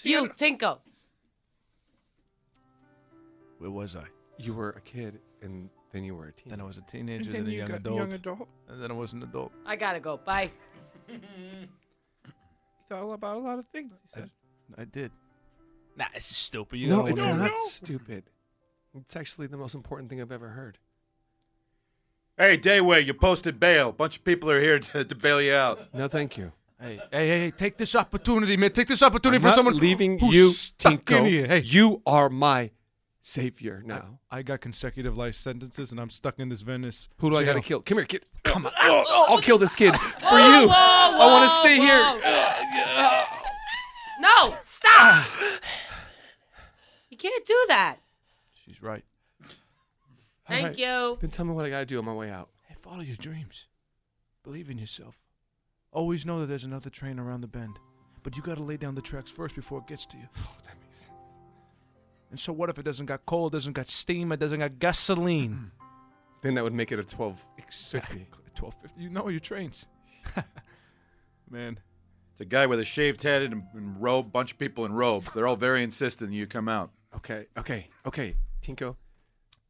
F: you, Tinko.
H: Where was I?
G: You were a kid, and then you were a teen.
H: Then I was a teenager,
E: And then
H: then, a
E: you
H: young
E: got
H: adult,
E: young adult.
H: and then I was an adult.
F: I gotta go. Bye.
E: He thought about a lot of things.
P: *clears throat*
E: He said.
H: I did.
D: Nah, this is stupid.
G: no,
D: don't
G: it's
D: wanna-
G: not stupid. It's actually the most important thing I've ever heard.
K: hey, Dayway, you posted bail. Bunch of people are here to, to bail you out.
G: No, thank you.
H: Hey, hey, hey, take this opportunity, man. Take this opportunity
G: I'm
H: for
G: not
H: someone
G: leaving
H: who's
G: you,
H: stuck in
G: Tinko.
H: here. Hey,
G: you are my savior now.
H: I got consecutive life sentences, and I'm stuck in this Venice.
G: Who do I gotta
H: jail.
G: kill? Come here, kid. Come on. I'll, I'll kill this
H: *laughs*
G: kid for you. I want to stay
E: *gasps*
G: here.
F: No,
E: *sighs*
F: stop. you can't do that.
H: She's right.
G: All
F: Thank you.
G: Then tell me what I gotta do on my way out.
H: Hey, follow your dreams. Believe in yourself. Always know that there's another train around the bend, but you gotta lay down the tracks first before it gets
G: *sighs*
H: to you. Oh, that makes sense. And so, what if it doesn't got coal, it doesn't got steam, it doesn't got gasoline?
G: Mm-hmm. Then that would make it a twelve.
H: Exactly. Twelve fifty. You know
G: *laughs*
H: your trains. Man.
K: It's a guy with a shaved head and, and robe, bunch of people in robes. They're all very insistent you come out.
G: Okay, okay, okay. Tinko,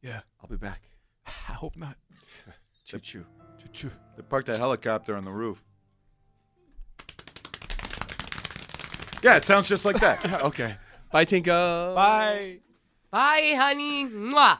H: Yeah.
G: I'll be
C: *sighs*
G: back.
H: I
K: *laughs*
H: hope not.
G: Choo choo.
H: Choo choo.
K: They parked a helicopter on the roof. Yeah, it sounds just like *laughs* that.
G: okay. Bye, Tinko.
H: Bye.
F: Bye, honey. Mwah.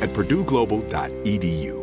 L: at purdueglobal.edu.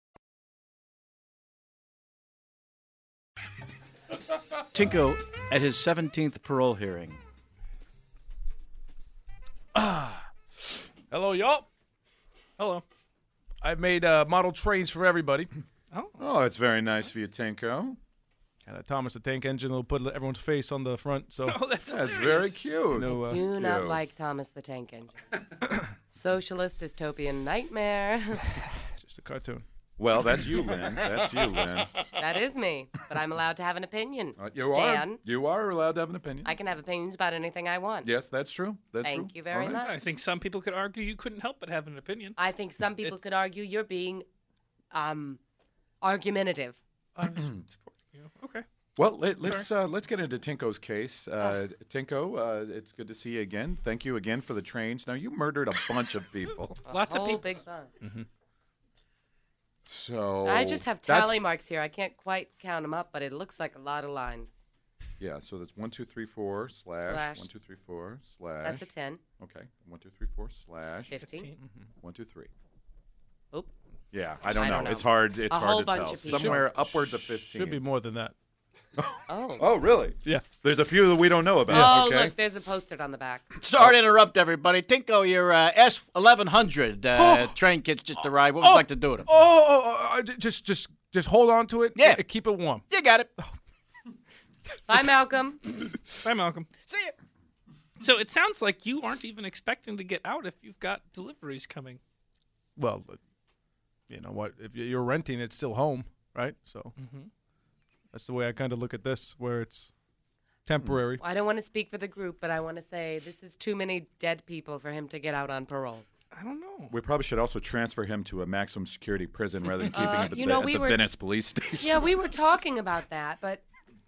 B: Tinko at his 17th parole hearing.
D: Ah.
Q: Hello, y'all. Hello. I've made uh, model trains for everybody. Oh.
C: Oh, it's very nice for you, Tinko.
Q: And a Thomas the Tank Engine will put everyone's face on the front. So
C: Oh, that's That's very hilarious. cute.
Q: No, uh,
F: I do not like Thomas the Tank Engine.
E: *coughs*
F: Socialist dystopian nightmare.
Q: just a cartoon.
C: Well, that's you, Lynn. That's you,
F: *laughs*
C: Lynn.
F: that is me, but I'm allowed to have an opinion.
C: Uh, you
F: Stan,
C: are. You are allowed to have an opinion.
F: I can have opinions about anything I want.
C: yes, that's true. That's true.
F: Thank you very
C: All right.
F: much.
E: I think some people could argue you couldn't help but have an opinion.
F: I think some people could argue you're being um, argumentative.
C: Well, let, let's uh, let's get into Tinko's case. Uh,
F: Oh.
C: Tinko, uh, it's good to see you again. Thank you again for the trains. Now you murdered a bunch of
F: *laughs*
C: people, Mm-hmm.
E: Lots of
F: whole
E: people.
F: big bunch.
C: so
F: I just have
C: Oh, that's-
F: tally marks here. I can't quite count them up, but it looks like a lot of lines.
C: Yeah, so that's one two three four slash,
F: Slash.
C: one two three four slash.
F: That's a 10.
C: Okay, one two three four slash
F: 15. Fifteen.
C: One, two three.
F: Oop.
C: Yeah, I don't, know. It's hard. It's
F: A
C: hard
F: whole
C: to
F: bunch
C: tell.
F: of people.
C: Somewhere
Q: Should-
C: upwards of fifteen.
Q: Should be more than that.
F: Oh.
C: Oh, really?
Q: Yeah.
C: There's a few that we don't know about.
F: Oh,
C: okay.
F: look, there's a post-it on the back.
P: Sorry to interrupt everybody. Tinko, your uh, S1100 uh,
D: Oh.
P: train kit's just arrived. What would you like to do with him?
Q: Oh, oh, oh, uh, j- just, just, just hold on to it. Yeah. Keep it warm.
P: You got it.
F: *laughs* Bye, Malcolm.
E: Oh. *coughs* Bye, Malcolm. See ya. So it sounds like you aren't even expecting to get out if you've got deliveries coming.
Q: Well, but you know what? If you- you're renting, it's still home, right? So
E: Mhm.
Q: that's the way I kind of look at this, where it's temporary.
F: I don't want to speak for the group, but I want to say this is too many dead people for him to get out on parole.
E: I don't know.
C: We probably should also transfer him to a maximum security prison rather than keeping
F: *laughs* Uh,
C: him at,
F: you
C: the,
F: know,
C: at
F: we
C: the
F: were-
C: Venice
F: *laughs*
C: police station.
F: Yeah, we were talking about that, but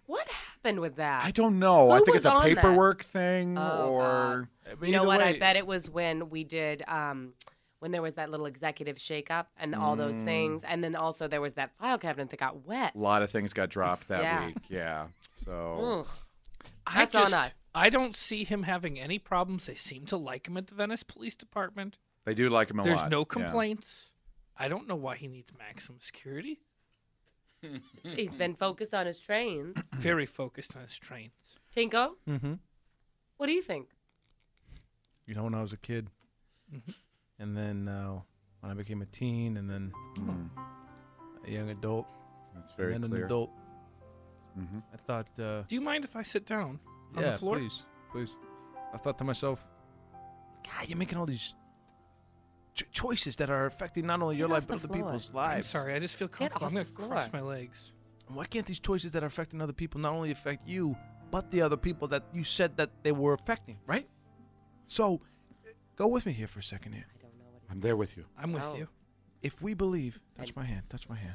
F: what happened with that?
C: I don't know. I
F: Who
C: think it's
F: was
C: a
F: on that?
C: paperwork thing
F: Oh,
C: or
F: God. you know what? I bet it was when we did um, when there was that little executive shakeup and all those
C: Mm.
F: things, and then also there was that file cabinet that got wet.
C: a lot of things got dropped that
F: Yeah. Mm.
C: week. Yeah. So
F: That's
E: I
F: on
E: just,
F: us.
E: I don't see him having any problems. They seem to like him at the Venice Police Department.
C: they do like him a
E: There's
C: lot.
E: no
C: yeah.
E: complaints. I don't know why he needs
C: *laughs*
E: maximum security.
F: He's been focused on his trains.
E: very focused on his trains.
F: Tinko,
Q: Mm-hmm.
F: What do you think?
H: you know, when I was a kid,
C: Mm-hmm.
H: and then uh, when I became a teen, and then a young adult.
C: Mm-hmm. That's very
H: and then
C: clear. Mm-hmm.
H: an adult. I thought, uh,
E: Do you mind if I sit down on
H: yeah,
E: the floor?
H: please, please. I thought to myself, God, you're making all these cho- choices that are affecting not only your life but other people's lives.
E: I'm sorry, I just feel comfortable. I'm
H: off
E: going to
H: the
E: cross my
H: floor.
E: legs.
H: Why can't these choices that are affecting other people not only affect you, but the other people that you said that they were affecting, right? So, uh, go with me here for a second here.
C: I'm there with you.
E: I'm with
F: Oh.
E: you.
H: If we believe, touch my hand, touch my hand.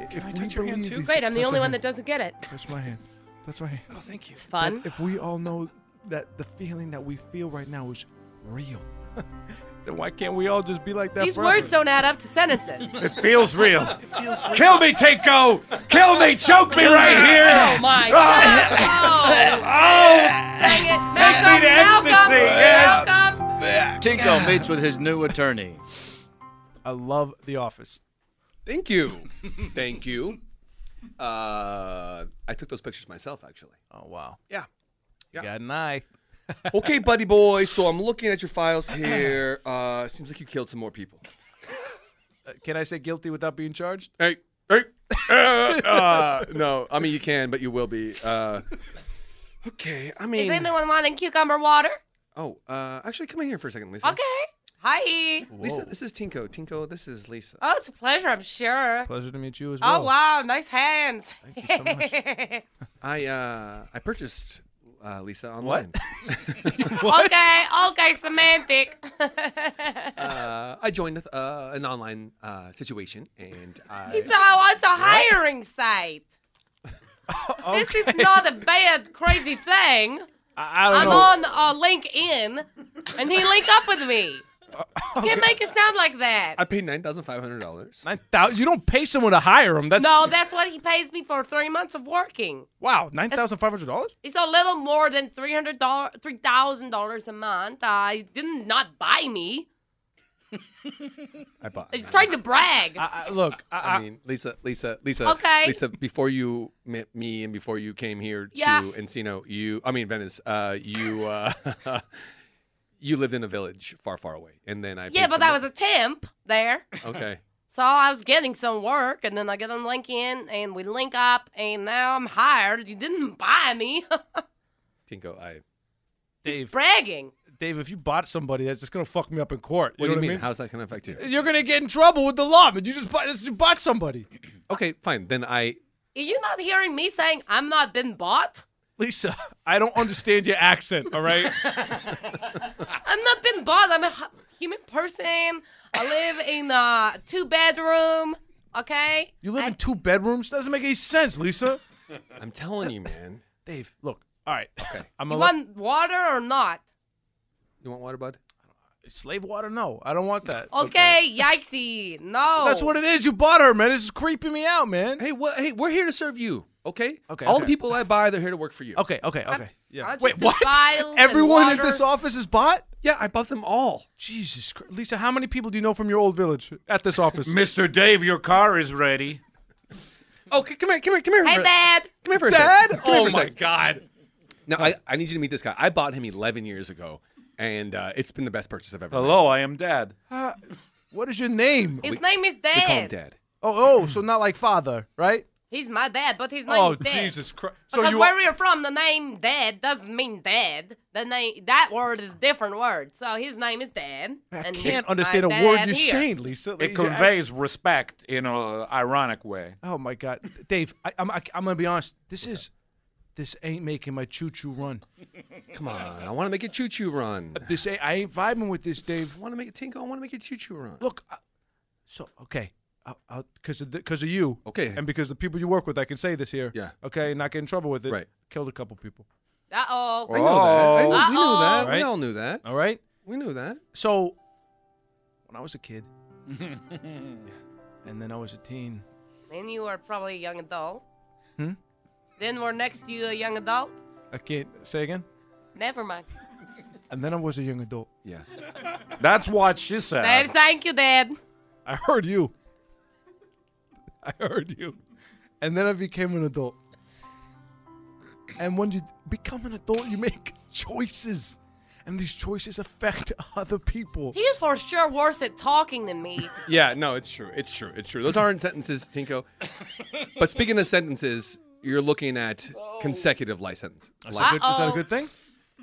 H: I-
E: Can
H: if
E: I
H: we
E: touch your hand
H: believe
E: too?
H: these-
F: Great, I'm the
H: touch
F: only
H: my
F: one
H: hand.
F: that doesn't get it.
H: Touch my hand. Touch my hand.
E: Oh, thank you. It's
F: fun.
H: If we all know that the feeling that we feel right now is real, *laughs* then why can't we all just be like that
F: These
H: forever?
F: words don't add up to sentences.
H: It
F: *laughs*
H: feels real.
K: *laughs* Kill me, Tinko! Kill me! Choke me right
F: *laughs*
K: here!
F: Oh my god! Oh! *laughs* Dang it!
K: Take me to
F: Malcolm,
K: ecstasy, yes.
F: Malcolm.
A: Tinko meets with his new attorney.
H: I love The Office.
G: Thank you. *laughs* Thank you. Uh, I took those pictures myself, actually.
H: Oh, wow.
G: Yeah.
H: Yeah. Got an eye.
G: okay, buddy boy. So I'm looking at your files here. Uh, seems like you killed some more people.
H: Uh, can I say guilty without being charged?
G: Hey, hey. Uh, uh, *laughs* no, I mean you can, but you will be. Uh, okay. I mean.
F: Is anyone wanting cucumber water?
G: oh, uh, actually, come in here for a second, Lisa.
F: Okay. Hi.
G: Lisa, this is Tinko. Tinko, this is Lisa.
F: Oh, it's a pleasure, I'm sure.
H: Pleasure to meet you as
F: Oh wow, nice hands. Thank you so *laughs* much.
G: I uh, I purchased uh, Lisa online. *laughs*
H: *laughs*
F: okay, okay, semantic.
G: uh, I joined with, uh, an online uh, situation, and I.
F: it's a it's a
G: *laughs*
F: hiring site. This is not a bad crazy thing.
H: I,
F: am on uh, LinkedIn, and he linked up with me.
G: *laughs* Uh,
F: Can't make it sound like that.
G: I paid nine thousand five hundred dollars.
H: Nine thousand. You don't pay someone to hire him. That's
F: no, that's what he pays me for three months of working.
H: Wow, nine thousand five hundred dollars.
F: It's a little more than three hundred dollars, three thousand dollars a month. Uh, he didn't not buy me.
G: I bought.
F: He's trying to brag.
H: look,
G: I, mean, Lisa, Lisa, Lisa.
F: Okay.
G: Lisa, before you met me and before you came here to
F: Yeah.
G: Encino, you, I mean Venice, uh, you, uh, *laughs* you lived in a village far, far away, and then I.
F: yeah, but I was a temp there.
G: a. Okay.
F: So I was getting some work, and then I get on LinkedIn, and we link up, and now I'm hired. You didn't buy me. *laughs*
G: Tinko, I.
F: He's bragging.
H: Dave, if you bought somebody, that's just gonna fuck me up in court. You
G: What
H: know
G: do you
H: what
G: mean?
H: I mean?
G: How's that gonna affect you?
H: You're gonna get in trouble with the law, but you just bought, you bought somebody.
G: Okay, fine. Then I.
F: Are you not hearing me saying I'm not been bought?
H: Lisa, I don't understand your accent.
G: *laughs*
H: All right.
F: I'm not been bought. I'm a hu- human person. I live in a two bedroom. Okay.
H: You live in two bedrooms. That doesn't make any sense, Lisa.
G: I'm telling you, man.
H: Dave, look. All right. Okay. *laughs* I'm
F: You
H: gonna let-
F: want water or not?
G: You want water, bud?
H: slave water. No, I don't want that.
F: Okay. Yikesy. No.
H: That's what it is. You bought her, man. This is creeping me out, man.
G: Hey, what? Hey, we're here to serve you. Okay.
H: Okay.
G: All
H: okay.
G: the people I buy, they're here to work for you.
H: Okay. Okay. Okay. Yeah.
F: Aren't you
H: Wait, what?
F: defiled and
H: Everyone in this
F: water-
H: office is bought?
G: Yeah, I bought them all.
H: Jesus Christ. Lisa, how many people do you know from your old village at
G: *laughs*
H: this office?
K: Mr. Dave, your car is ready.
G: Okay, come here, come here, come here.
F: Hey,
G: for-
F: Dad.
G: Come here for a
H: Dad?
G: second. Come here
H: Oh
G: for a
H: my
G: second. god. Now I, I need you to meet this guy. I bought him 11 years ago, and uh, it's been the best purchase I've ever.
K: Hello, I am Dad.
H: Uh, what is your name?
F: His name is
G: made. We call him
F: Dad.
G: Dad.
H: Oh, oh, so not like father, right?
F: He's my dad, but his name
H: Oh,
F: is Dad.
H: Jesus Christ. So
F: Because
H: you
F: where you're from, the name Dad doesn't mean dead. The name that word is a different word. So his name is Dad. I and
H: can't
F: he's
H: understand a
F: my
H: word
F: dad
H: you're
F: here.
H: saying, Lisa.
K: It
H: Lisa, I-
K: conveys respect in an ironic way.
H: Oh my God, Dave, I, I'm I, I'm gonna be honest. This is, this ain't making my choo choo run. Uh,
G: Come on, I want to make a choo choo run.
H: This ain't, I ain't vibing with this, Dave.
G: I want to make a tinkle. I want to make a choo choo run.
H: Look, I, so okay, because because of, you,
G: Okay.
H: and because the people you work with, I can say this here.
G: Yeah.
H: Okay, and not get in trouble with it.
G: Right.
H: Killed a couple people.
F: Uh oh.
G: I know that. I knew- we knew that.
H: Right?
G: We all knew that.
H: All right.
G: We knew that.
H: So, when I was
G: *laughs*
H: a kid, and then I was a teen.
F: Then you are probably a young adult.
H: Hmm?
F: Then we're next to you a young adult.
H: I can't say again.
F: Never mind.
H: And then I was a young adult.
G: Yeah.
K: That's what she
F: Dad,
K: said.
F: thank you, Dad.
H: I heard you. I heard you. And then I became an adult. And when you become an adult, you make choices, and these choices affect other people.
F: He is for sure worse at talking than me.
G: Yeah, no, it's true. It's true. It's true. Those aren't sentences, Tinko. but speaking of sentences, you're looking at consecutive license.
H: That's a good- is that a good thing?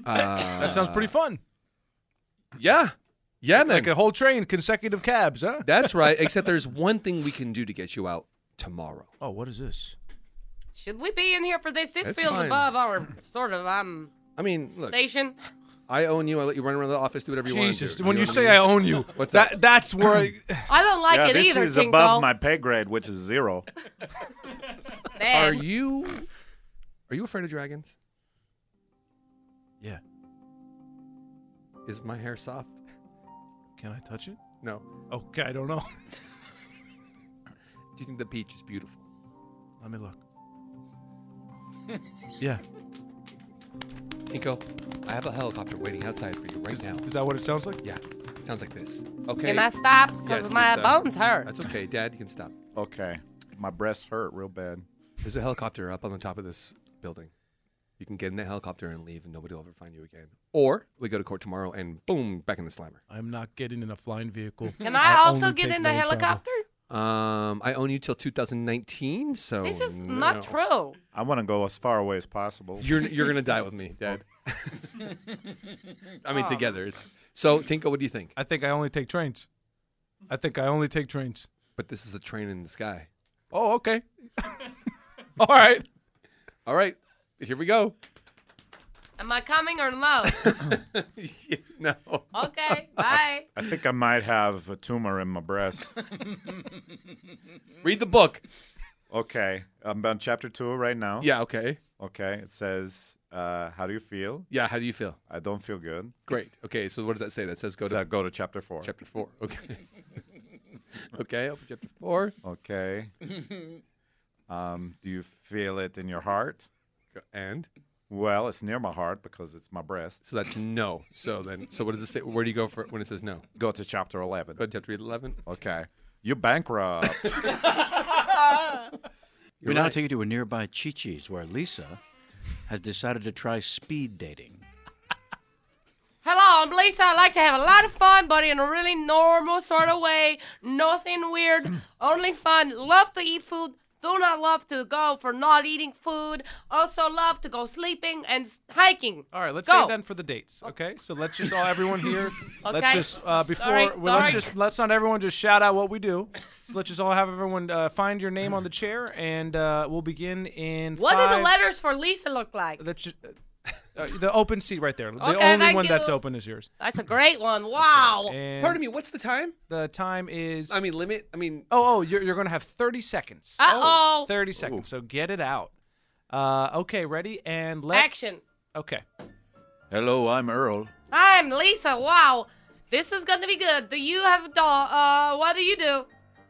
G: Uh,
H: that sounds pretty fun.
G: Yeah. Yeah, man.
H: Like a whole train, consecutive cabs, huh?
G: That's
H: *laughs*
G: right. Except there's one thing we can do to get you out tomorrow.
H: Oh, what is this?
F: Should we be in here for this? This
G: It's
F: feels
G: fine.
F: above our sort of um
G: I mean, look,
F: station.
G: I own you. I let you run around the office, do whatever you want.
H: Jesus,
G: to do.
H: when
G: know
H: you
G: what
H: say
G: mean?
H: I own you,
G: What's
H: that-
G: up?
H: that's where
F: I don't like
K: yeah,
F: it
K: this
F: either,
K: is
F: King
K: above
F: Cole.
K: my pay grade, which is zero.
G: Are
F: *laughs* Man.
G: you *clears throat*
K: *laughs*
G: are you afraid of dragons?
H: Yeah.
G: Is my hair soft?
H: Can I touch it?
G: No.
H: Okay, I don't know. *laughs*
G: Do you think the beach is beautiful?
H: Let me look. Yeah.
G: Nico, I have a helicopter waiting outside for you right now.
H: Is that what it sounds like?
G: Yeah. It sounds like this. Okay.
F: Can I stop? 'Cause
G: Yes,
F: my
G: Lisa.
F: bones hurt.
G: That's okay, Dad. You can stop.
C: Okay. My breasts hurt real bad.
G: There's a helicopter up on the top of this building. You can get in that helicopter and leave, and nobody will ever find you again. Or we go to court tomorrow, and boom, back in the slammer.
H: I'm not getting in a flying vehicle.
F: *laughs* Can I, also
H: only
F: get
H: take
F: in the
H: road travel.
F: helicopter?
G: Um, I own you till 2019, so
F: This is not true.
C: I want to go as far away as possible. *laughs*
G: You're you're gonna die with me, Dad. I mean,
F: Oh.
G: together. It's so Tinko. What do you think?
H: I think I only take trains. I think I only take trains.
G: But this is a train in the sky.
H: Oh, okay.
G: *laughs* All right, all right. Here we go.
F: Am I coming
H: *laughs*
F: or no?
G: no.
F: okay,
K: *laughs*
F: bye.
C: I think I might have a tumor in my breast.
G: Read the book.
C: Okay. I'm on chapter two right now.
G: Yeah. Okay.
C: Okay. It says, uh, How do you feel?
G: Yeah. How do you feel?
C: I don't feel good.
G: Great. Okay. So what does that say? That says go
C: So
G: to
C: go to chapter four.
G: chapter four. *laughs* Okay. okay. Open chapter four. *laughs*
C: Okay. Um, do you feel it in your heart?
G: And?
C: Well, it's near my heart because it's my breast.
G: So that's no. So then, so what does it say? Where do you go for when it says no?
C: Go to chapter 11.
G: Go to chapter 11.
C: Okay. You're bankrupt.
B: we now take you to a nearby Chi Chi's where Lisa has decided to try speed dating.
F: Hello, I'm Lisa. I like to have a lot of fun, but in a really normal sort of way.
H: *clears throat*
F: Nothing weird, only fun. Love to eat food. Do not love to go for not eating food. Also love to go sleeping and s- hiking.
H: All right, let's
F: go.
H: say then for the dates, okay? So let's just all everyone
F: *laughs*
H: here. Let's
F: Okay.
H: just uh, before
F: Sorry,
H: well, let's
F: sorry.
H: just let's not everyone just shout out what we do. So let's just all have everyone uh, find your name on the chair, and uh, we'll begin in.
F: What do the
H: five-
F: letters for Lisa look like?
H: That's just, uh, the open seat right there. the
F: Okay,
H: only
F: thank
H: one that's
F: you.
H: open is yours.
F: That's a great one. Wow.
H: And
G: Pardon me. What's the time?
H: The time is.
G: I mean, limit. I mean,
H: Oh, oh, you're, you're gonna have 30 seconds.
F: Uh-oh.
H: 30 seconds. So get it out. Uh, okay, ready and let.
F: Action.
H: Okay.
K: Hello, I'm Earl.
F: I'm Lisa. Wow. This is going to be good. Do you have a doll? Uh, what do you do?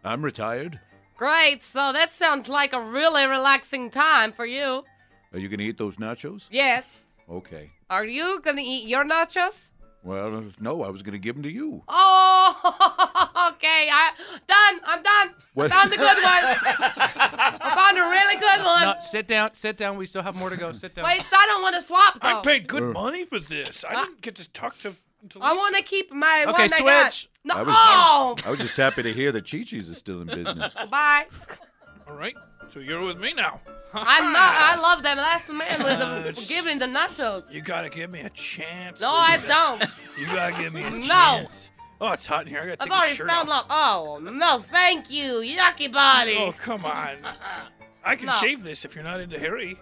K: I'm retired.
F: Great. So that sounds like a really relaxing time for you.
K: Are you gonna eat those nachos?
F: Yes.
K: Okay.
F: Are you going to eat your nachos?
K: Well, uh, no, I was gonna give them to you.
F: Oh, *laughs* okay. I done. I'm done.
K: What-
F: I found a good one. I found a really
E: *laughs*
F: good one.
H: No, sit down. Sit down. We still have more to go. Sit down.
F: Wait, I don't want to swap though.
E: I paid good
H: Ugh.
E: money for this. I
F: Uh,
E: didn't get to talk to. to
F: I
E: Lisa.
F: want to keep my
E: Okay,
F: one I got.
E: switch.
F: No.
K: I was,
F: oh. *laughs*
K: I was just happy to hear that Chi Chi's is still in business.
F: Bye.
E: *laughs* All right. So you're with me now.
F: I'm not. I love them. Last man with
E: Uh, *laughs*
F: the
E: it's-
F: giving the nachos.
E: You gotta give me a chance.
F: No, I
E: Lisa.
F: don't.
E: *laughs* You gotta give me a
F: No.
E: chance. Oh, it's hot in here. I gotta
F: I've
E: take my
F: already
E: shirt
F: found
E: off.
F: love. Oh no, thank you, yucky body.
E: Oh, come on.
F: *laughs*
E: I can
F: No.
E: shave this if you're not into hairy.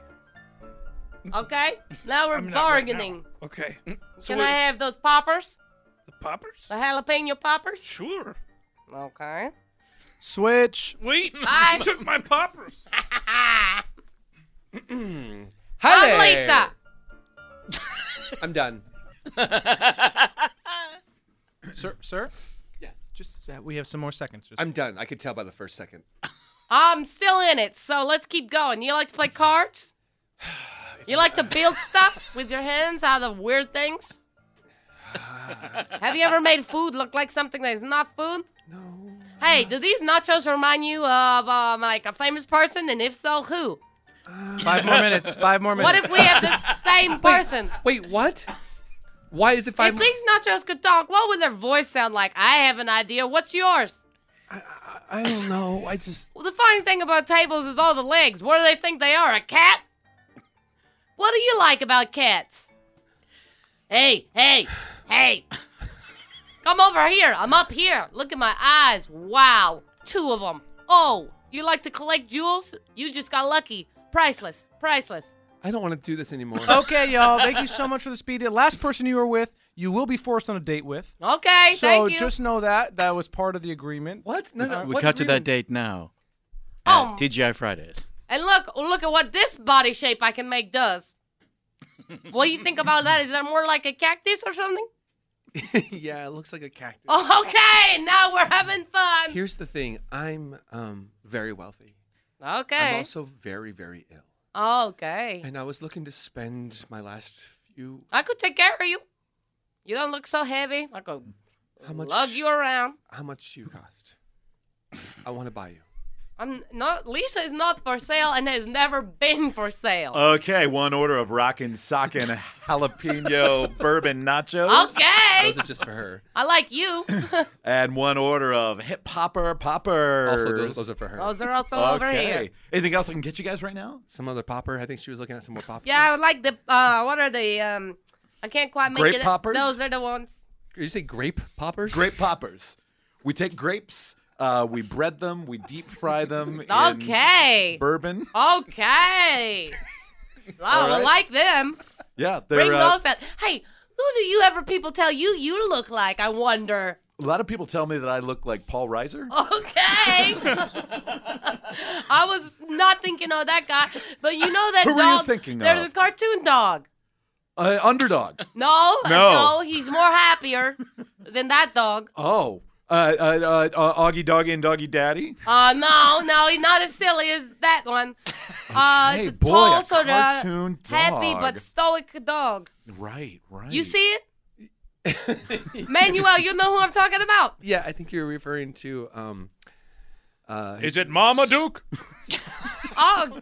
F: Okay, now we're
E: I'm not right now.
F: bargaining.
E: Okay. So
F: Mm. Can
E: wait,
F: I have those poppers?
E: the poppers?
F: The jalapeno poppers?
E: Sure.
F: Okay.
H: Switch.
E: Wait.
F: I-
E: She took my poppers. *clears throat*
F: *clears throat* I'm Lisa.
G: *laughs* I'm done.
H: sir, sir. Yes. Just uh, we have some more seconds. Just
G: I'm done. I could tell by the first second.
F: I'm still in it, so let's keep going. You like to play
E: *sighs*
F: cards? You like to build stuff with your hands out of weird things? Have you ever made food look like something that is not food? No. Hey, do these nachos remind you of um, like a famous person, and if so, who?
R: Five
G: *laughs*
R: more minutes. Five more minutes.
F: What if we have
H: *laughs*
F: the
E: *laughs*
F: same person?
G: Wait, what? Why is it five?
F: if these nachos could talk, what would their voice sound like? I have an idea. What's yours?
G: I don't know. I just.
F: Well, the funny thing about tables is all the legs. What do they think they are? A cat? What do you like about cats? Hey, hey, hey. Come over here. I'm up here. Look at my eyes. Wow. Two of them. Oh, you like to collect jewels? You just got lucky. Priceless. Priceless.
G: I don't want to do this
H: *laughs*
G: anymore.
R: okay, y'all. Thank you so much for the speed. The last person you were with, you will be forced on a date with.
F: Okay,
R: So
F: thank you.
R: just know that that was part of the agreement.
G: What?
B: Uh, we cut to that date now.
F: Oh.
B: At TGI Fridays.
F: And look, look at what this body shape I can make does. What do you think about that? Is that more like a cactus
G: *laughs*
F: or something?
G: yeah, it looks like a cactus.
F: Oh, okay, now we're having fun.
G: Here's the thing. I'm um very wealthy. I'm
F: Okay.
G: also very very ill,
F: okay.
G: and I was looking to spend my last few.
F: I could take care of you. You don't look so heavy. I could
G: How much?
F: lug you around.
G: How much do you cost? I want to buy you.
F: I'm not. Lisa is not for sale and has never been for sale.
C: Okay, one order of rockin' sockin' jalapeno
G: *laughs*
C: bourbon
G: Uh,
C: nachos.
F: Okay.
G: Those are just for her.
F: I
G: *coughs*
F: like you.
C: And one order of hip popper popper.
G: Also, those- those are for her.
F: Those are also over here.
C: Anything else I can get you guys right now?
G: Some other popper. I think she was looking at some more popper.
F: Yeah, I would like the. Uh, what are the? Um, I can't quite make
G: Grape
F: it.
G: poppers?
F: Those are the ones.
G: Did you say grape poppers?
C: Grape poppers. We take grapes, uh, we bread them, we deep fry them. in
F: *laughs* Okay.
C: Bourbon.
F: Okay. *laughs* wow,
C: All
F: I
C: right.
F: like them.
C: Yeah, they're
F: Bring
C: uh,
F: those out. Hey, who do you ever people tell you you look like? I wonder.
C: A lot of people tell me that I look like Paul
F: *laughs*
C: Reiser.
F: Oh. Okay. I was not thinking of that guy, but you know
C: *laughs*
F: that
C: Who were you
F: dog.
C: thinking
F: there's
C: of?
F: a cartoon dog.
C: Uh, underdog.
F: No,
C: No.
F: he's more happier than that dog.
C: Oh, uh, uh, uh, uh, Augie Doggy and Doggy Daddy.
F: Uh, no, no, he's not as silly as that one.
C: *laughs*
F: Uh,
C: Okay,
F: it's a
C: boy,
F: tall,
C: a
F: sort
C: cartoon
F: of happy
C: dog.
F: but stoic dog.
C: Right, right.
F: You see
C: *laughs*
F: it? Manuel, you know who I'm talking about.
G: Yeah, I think you're referring to. Um, uh,
K: Is it Marmaduke?
F: Oh,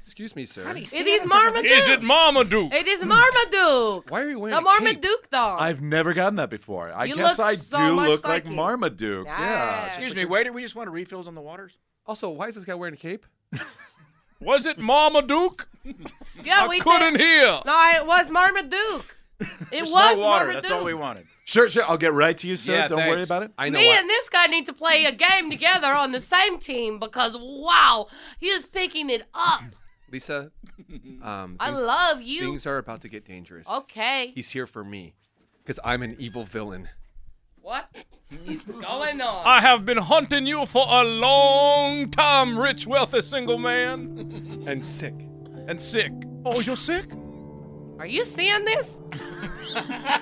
G: Excuse me, sir.
F: it is Marmaduke.
K: Is it Marmaduke?
F: It is Marmaduke.
G: Why are you
F: The Marmaduke dog.
C: I've never gotten that before. I
F: You
C: guess
F: look
C: I
F: so
C: do
F: much
C: look
F: like
C: like,
F: you.
C: Marmaduke. Yeah.
K: Excuse me, waiter. We just want refills on the waters.
G: Also, why is this guy wearing a cape?
K: *laughs* Was it Marmaduke?
F: yeah,
K: I
F: we
K: couldn't
F: did-
K: hear.
F: No, it was Marmaduke. It was Marmaduke.
K: wanted.
C: Sure, sure. I'll get right to you, sir.
K: Yeah,
C: Don't worry
K: thanks.
C: about it. I
F: Me and this guy need to play a game together on the same team because wow, he is picking it up.
G: Lisa, um,
F: I love you.
G: Things are about to get dangerous.
F: Okay.
G: He's here for me because I'm an evil villain.
F: What is going on?
K: I have been hunting you for a long time, rich, wealthy, single man.
G: *laughs* And sick.
K: And sick. Oh, you're sick?
F: Are you seeing this?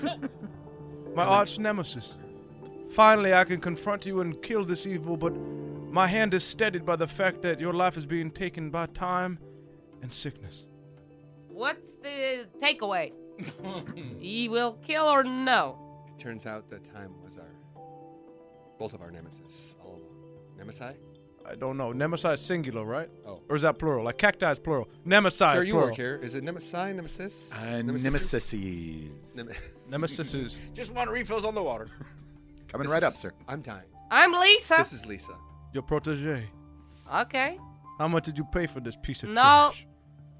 H: My arch nemesis. Finally, I can confront you and kill this evil, but my hand is steadied by the fact that your life is being taken by time and sickness.
F: What's the takeaway? he will kill or no?
G: It turns out that time was our both of our nemesis all along. Nemesis?
H: I don't know. Nemesis is singular, right?
G: Oh.
H: Or is that plural? Like cacti is plural. Nemesis
G: Sir,
H: is
G: you
H: plural.
G: work here. Is it nemesis? Nemesis?
C: Uh,
G: Nemesis?
C: nemesis.
G: *laughs* Nem-
H: Nemesis is.
K: Just want refills on the water.
C: Coming
G: This
C: right up,
G: is-
C: sir.
G: I'm dying.
F: I'm Lisa.
G: This is Lisa.
H: Your protege.
F: Okay.
H: How much did you pay for this piece of
F: No.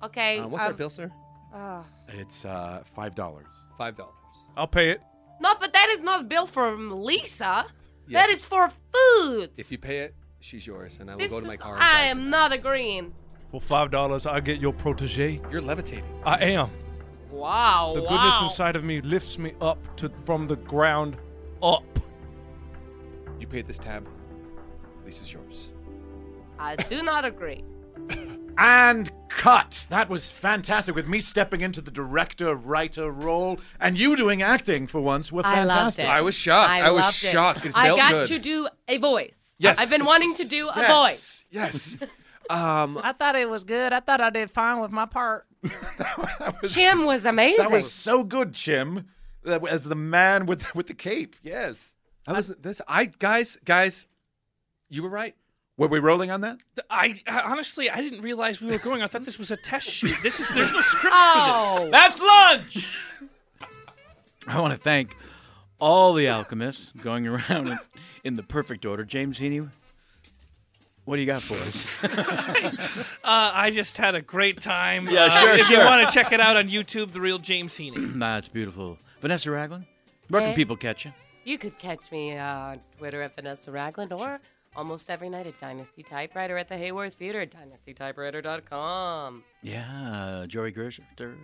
F: Okay.
H: Uh, what's our
F: um,
H: bill, sir?
F: uh,
C: It's uh, five dollars.
G: Five dollars.
H: I'll pay it.
F: no, but that is not bill from Lisa.
G: Yes.
F: That is for food.
G: If you pay it, she's yours, and I will
F: This
G: go to
F: is-
G: my car. and
F: I
G: die
F: am not agreeing.
H: For five dollars, I get your protege.
G: You're levitating.
H: I am.
F: Wow.
S: Oh,
H: The goodness
F: wow.
H: inside of me lifts me up to from the ground up.
G: tonight. You paid this tab. Lisa's
H: *laughs*
G: yours.
F: I do
C: *laughs*
F: not agree.
C: And cut. That was fantastic. With me stepping into the director writer role and you doing acting for once were
F: I loved
C: fantastic.
F: it. I was shocked. I I was loved it. shocked. I got to do a voice.
C: Yes.
F: I've been wanting to do a
G: Yes.
F: voice.
C: *laughs*
F: *laughs*
G: Yes. um,
S: I thought it was good. I thought I did fine with my
H: *laughs*
S: part.
F: Jim was amazing.
C: That was so good, Jim. That w- As the man *laughs* with with the cape. Yes.
G: I was this. I guys, guys, you were right.
C: Were we rolling on that?
E: I, I honestly, I didn't realize we were going. I thought this was a test shoot. This is there's no script for
K: Oh.
E: this.
K: That's lunch.
B: *laughs* I want to thank all the alchemists going around *laughs* in, in the perfect order. James Heaney, what do you got for us? *coughs*
E: *laughs* Uh, I just had a great time.
B: Yeah,
E: Uh,
B: sure,
E: If you
B: sure.
E: want to check it out on YouTube, the real James Heaney.
B: That's beautiful. Vanessa Ragland, where
F: Hey.
B: can people catch you?
F: You could catch me uh, on Twitter at Vanessa Ragland or almost every night at Dynasty Typewriter at the Hayworth Theater at dynastytypewriter.com.
B: Yeah,
H: *laughs*
B: Joey Gerster.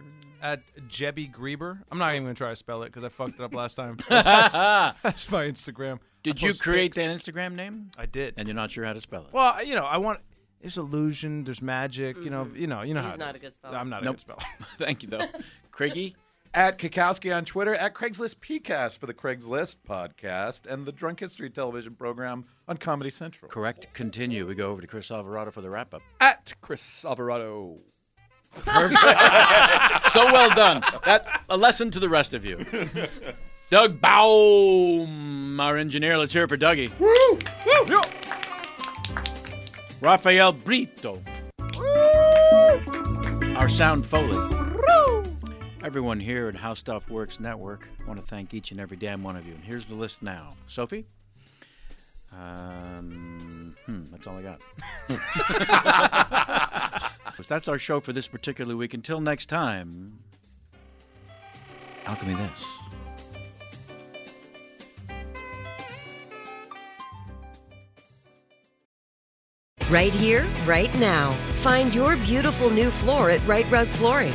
H: At Uh, Jebby Grieber. I'm not even going to try to spell it because I fucked it up last *laughs* time. That's, that's my Instagram. I
B: Did you
H: post
B: create
H: pics.
B: that Instagram name?
H: I did.
B: And you're not sure how to spell it.
H: Well, you know, I want. There's illusion. There's magic. You
S: Mm-hmm.
H: know. You know. You know
F: He's
H: how. it
F: not
H: is.
F: a good speller.
H: I'm not a
C: *laughs*
B: Nope.
H: good speller.
B: Thank you, though. Craigie?
C: At Kakowski on Twitter, at Craigslist PCast for the Craigslist podcast and the Drunk History television program on Comedy Central.
B: Correct. Continue. We go over to Chris Alvarado for the wrap up.
T: At Chris Alvarado.
B: *laughs* so well done. That a lesson to the rest of you. Doug Baum, our engineer. Let's hear it for Dougie. Woo! Woo! Rafael Brito. Our sound foley. Everyone here at How Stuff Works Network, I want to thank each and every damn one of you. And here's the list now. Sophie? Um, hmm, that's all I got. So *laughs* that's our show for this particular week. Until next time, alchemy this.
U: Right here, right now. Find your beautiful new floor at Right Rug Flooring.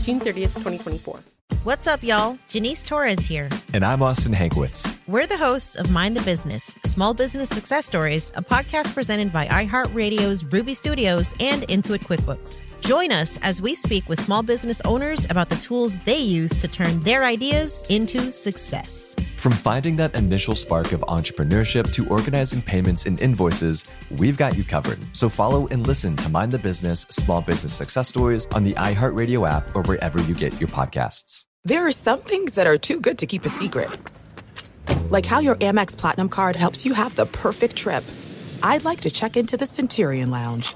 V: June 30th, 2024.
W: What's up, y'all? Janice Torres here.
G: And I'm Austin Hankwitz.
W: We're the hosts of Mind the Business, Small Business Success Stories, a podcast presented by iHeartRadio's Ruby Studios and Intuit QuickBooks. Join us as we speak with small business owners about the tools they use to turn their ideas into success.
G: From finding that initial spark of entrepreneurship to organizing payments and invoices, we've got you covered. So follow and listen to Mind the Business Small Business Success Stories on the iHeartRadio app or wherever you get your podcasts.
X: There are some things that are too good to keep a secret. Like how your Amex Platinum card helps you have the perfect trip. I'd like to check into the Centurion Lounge.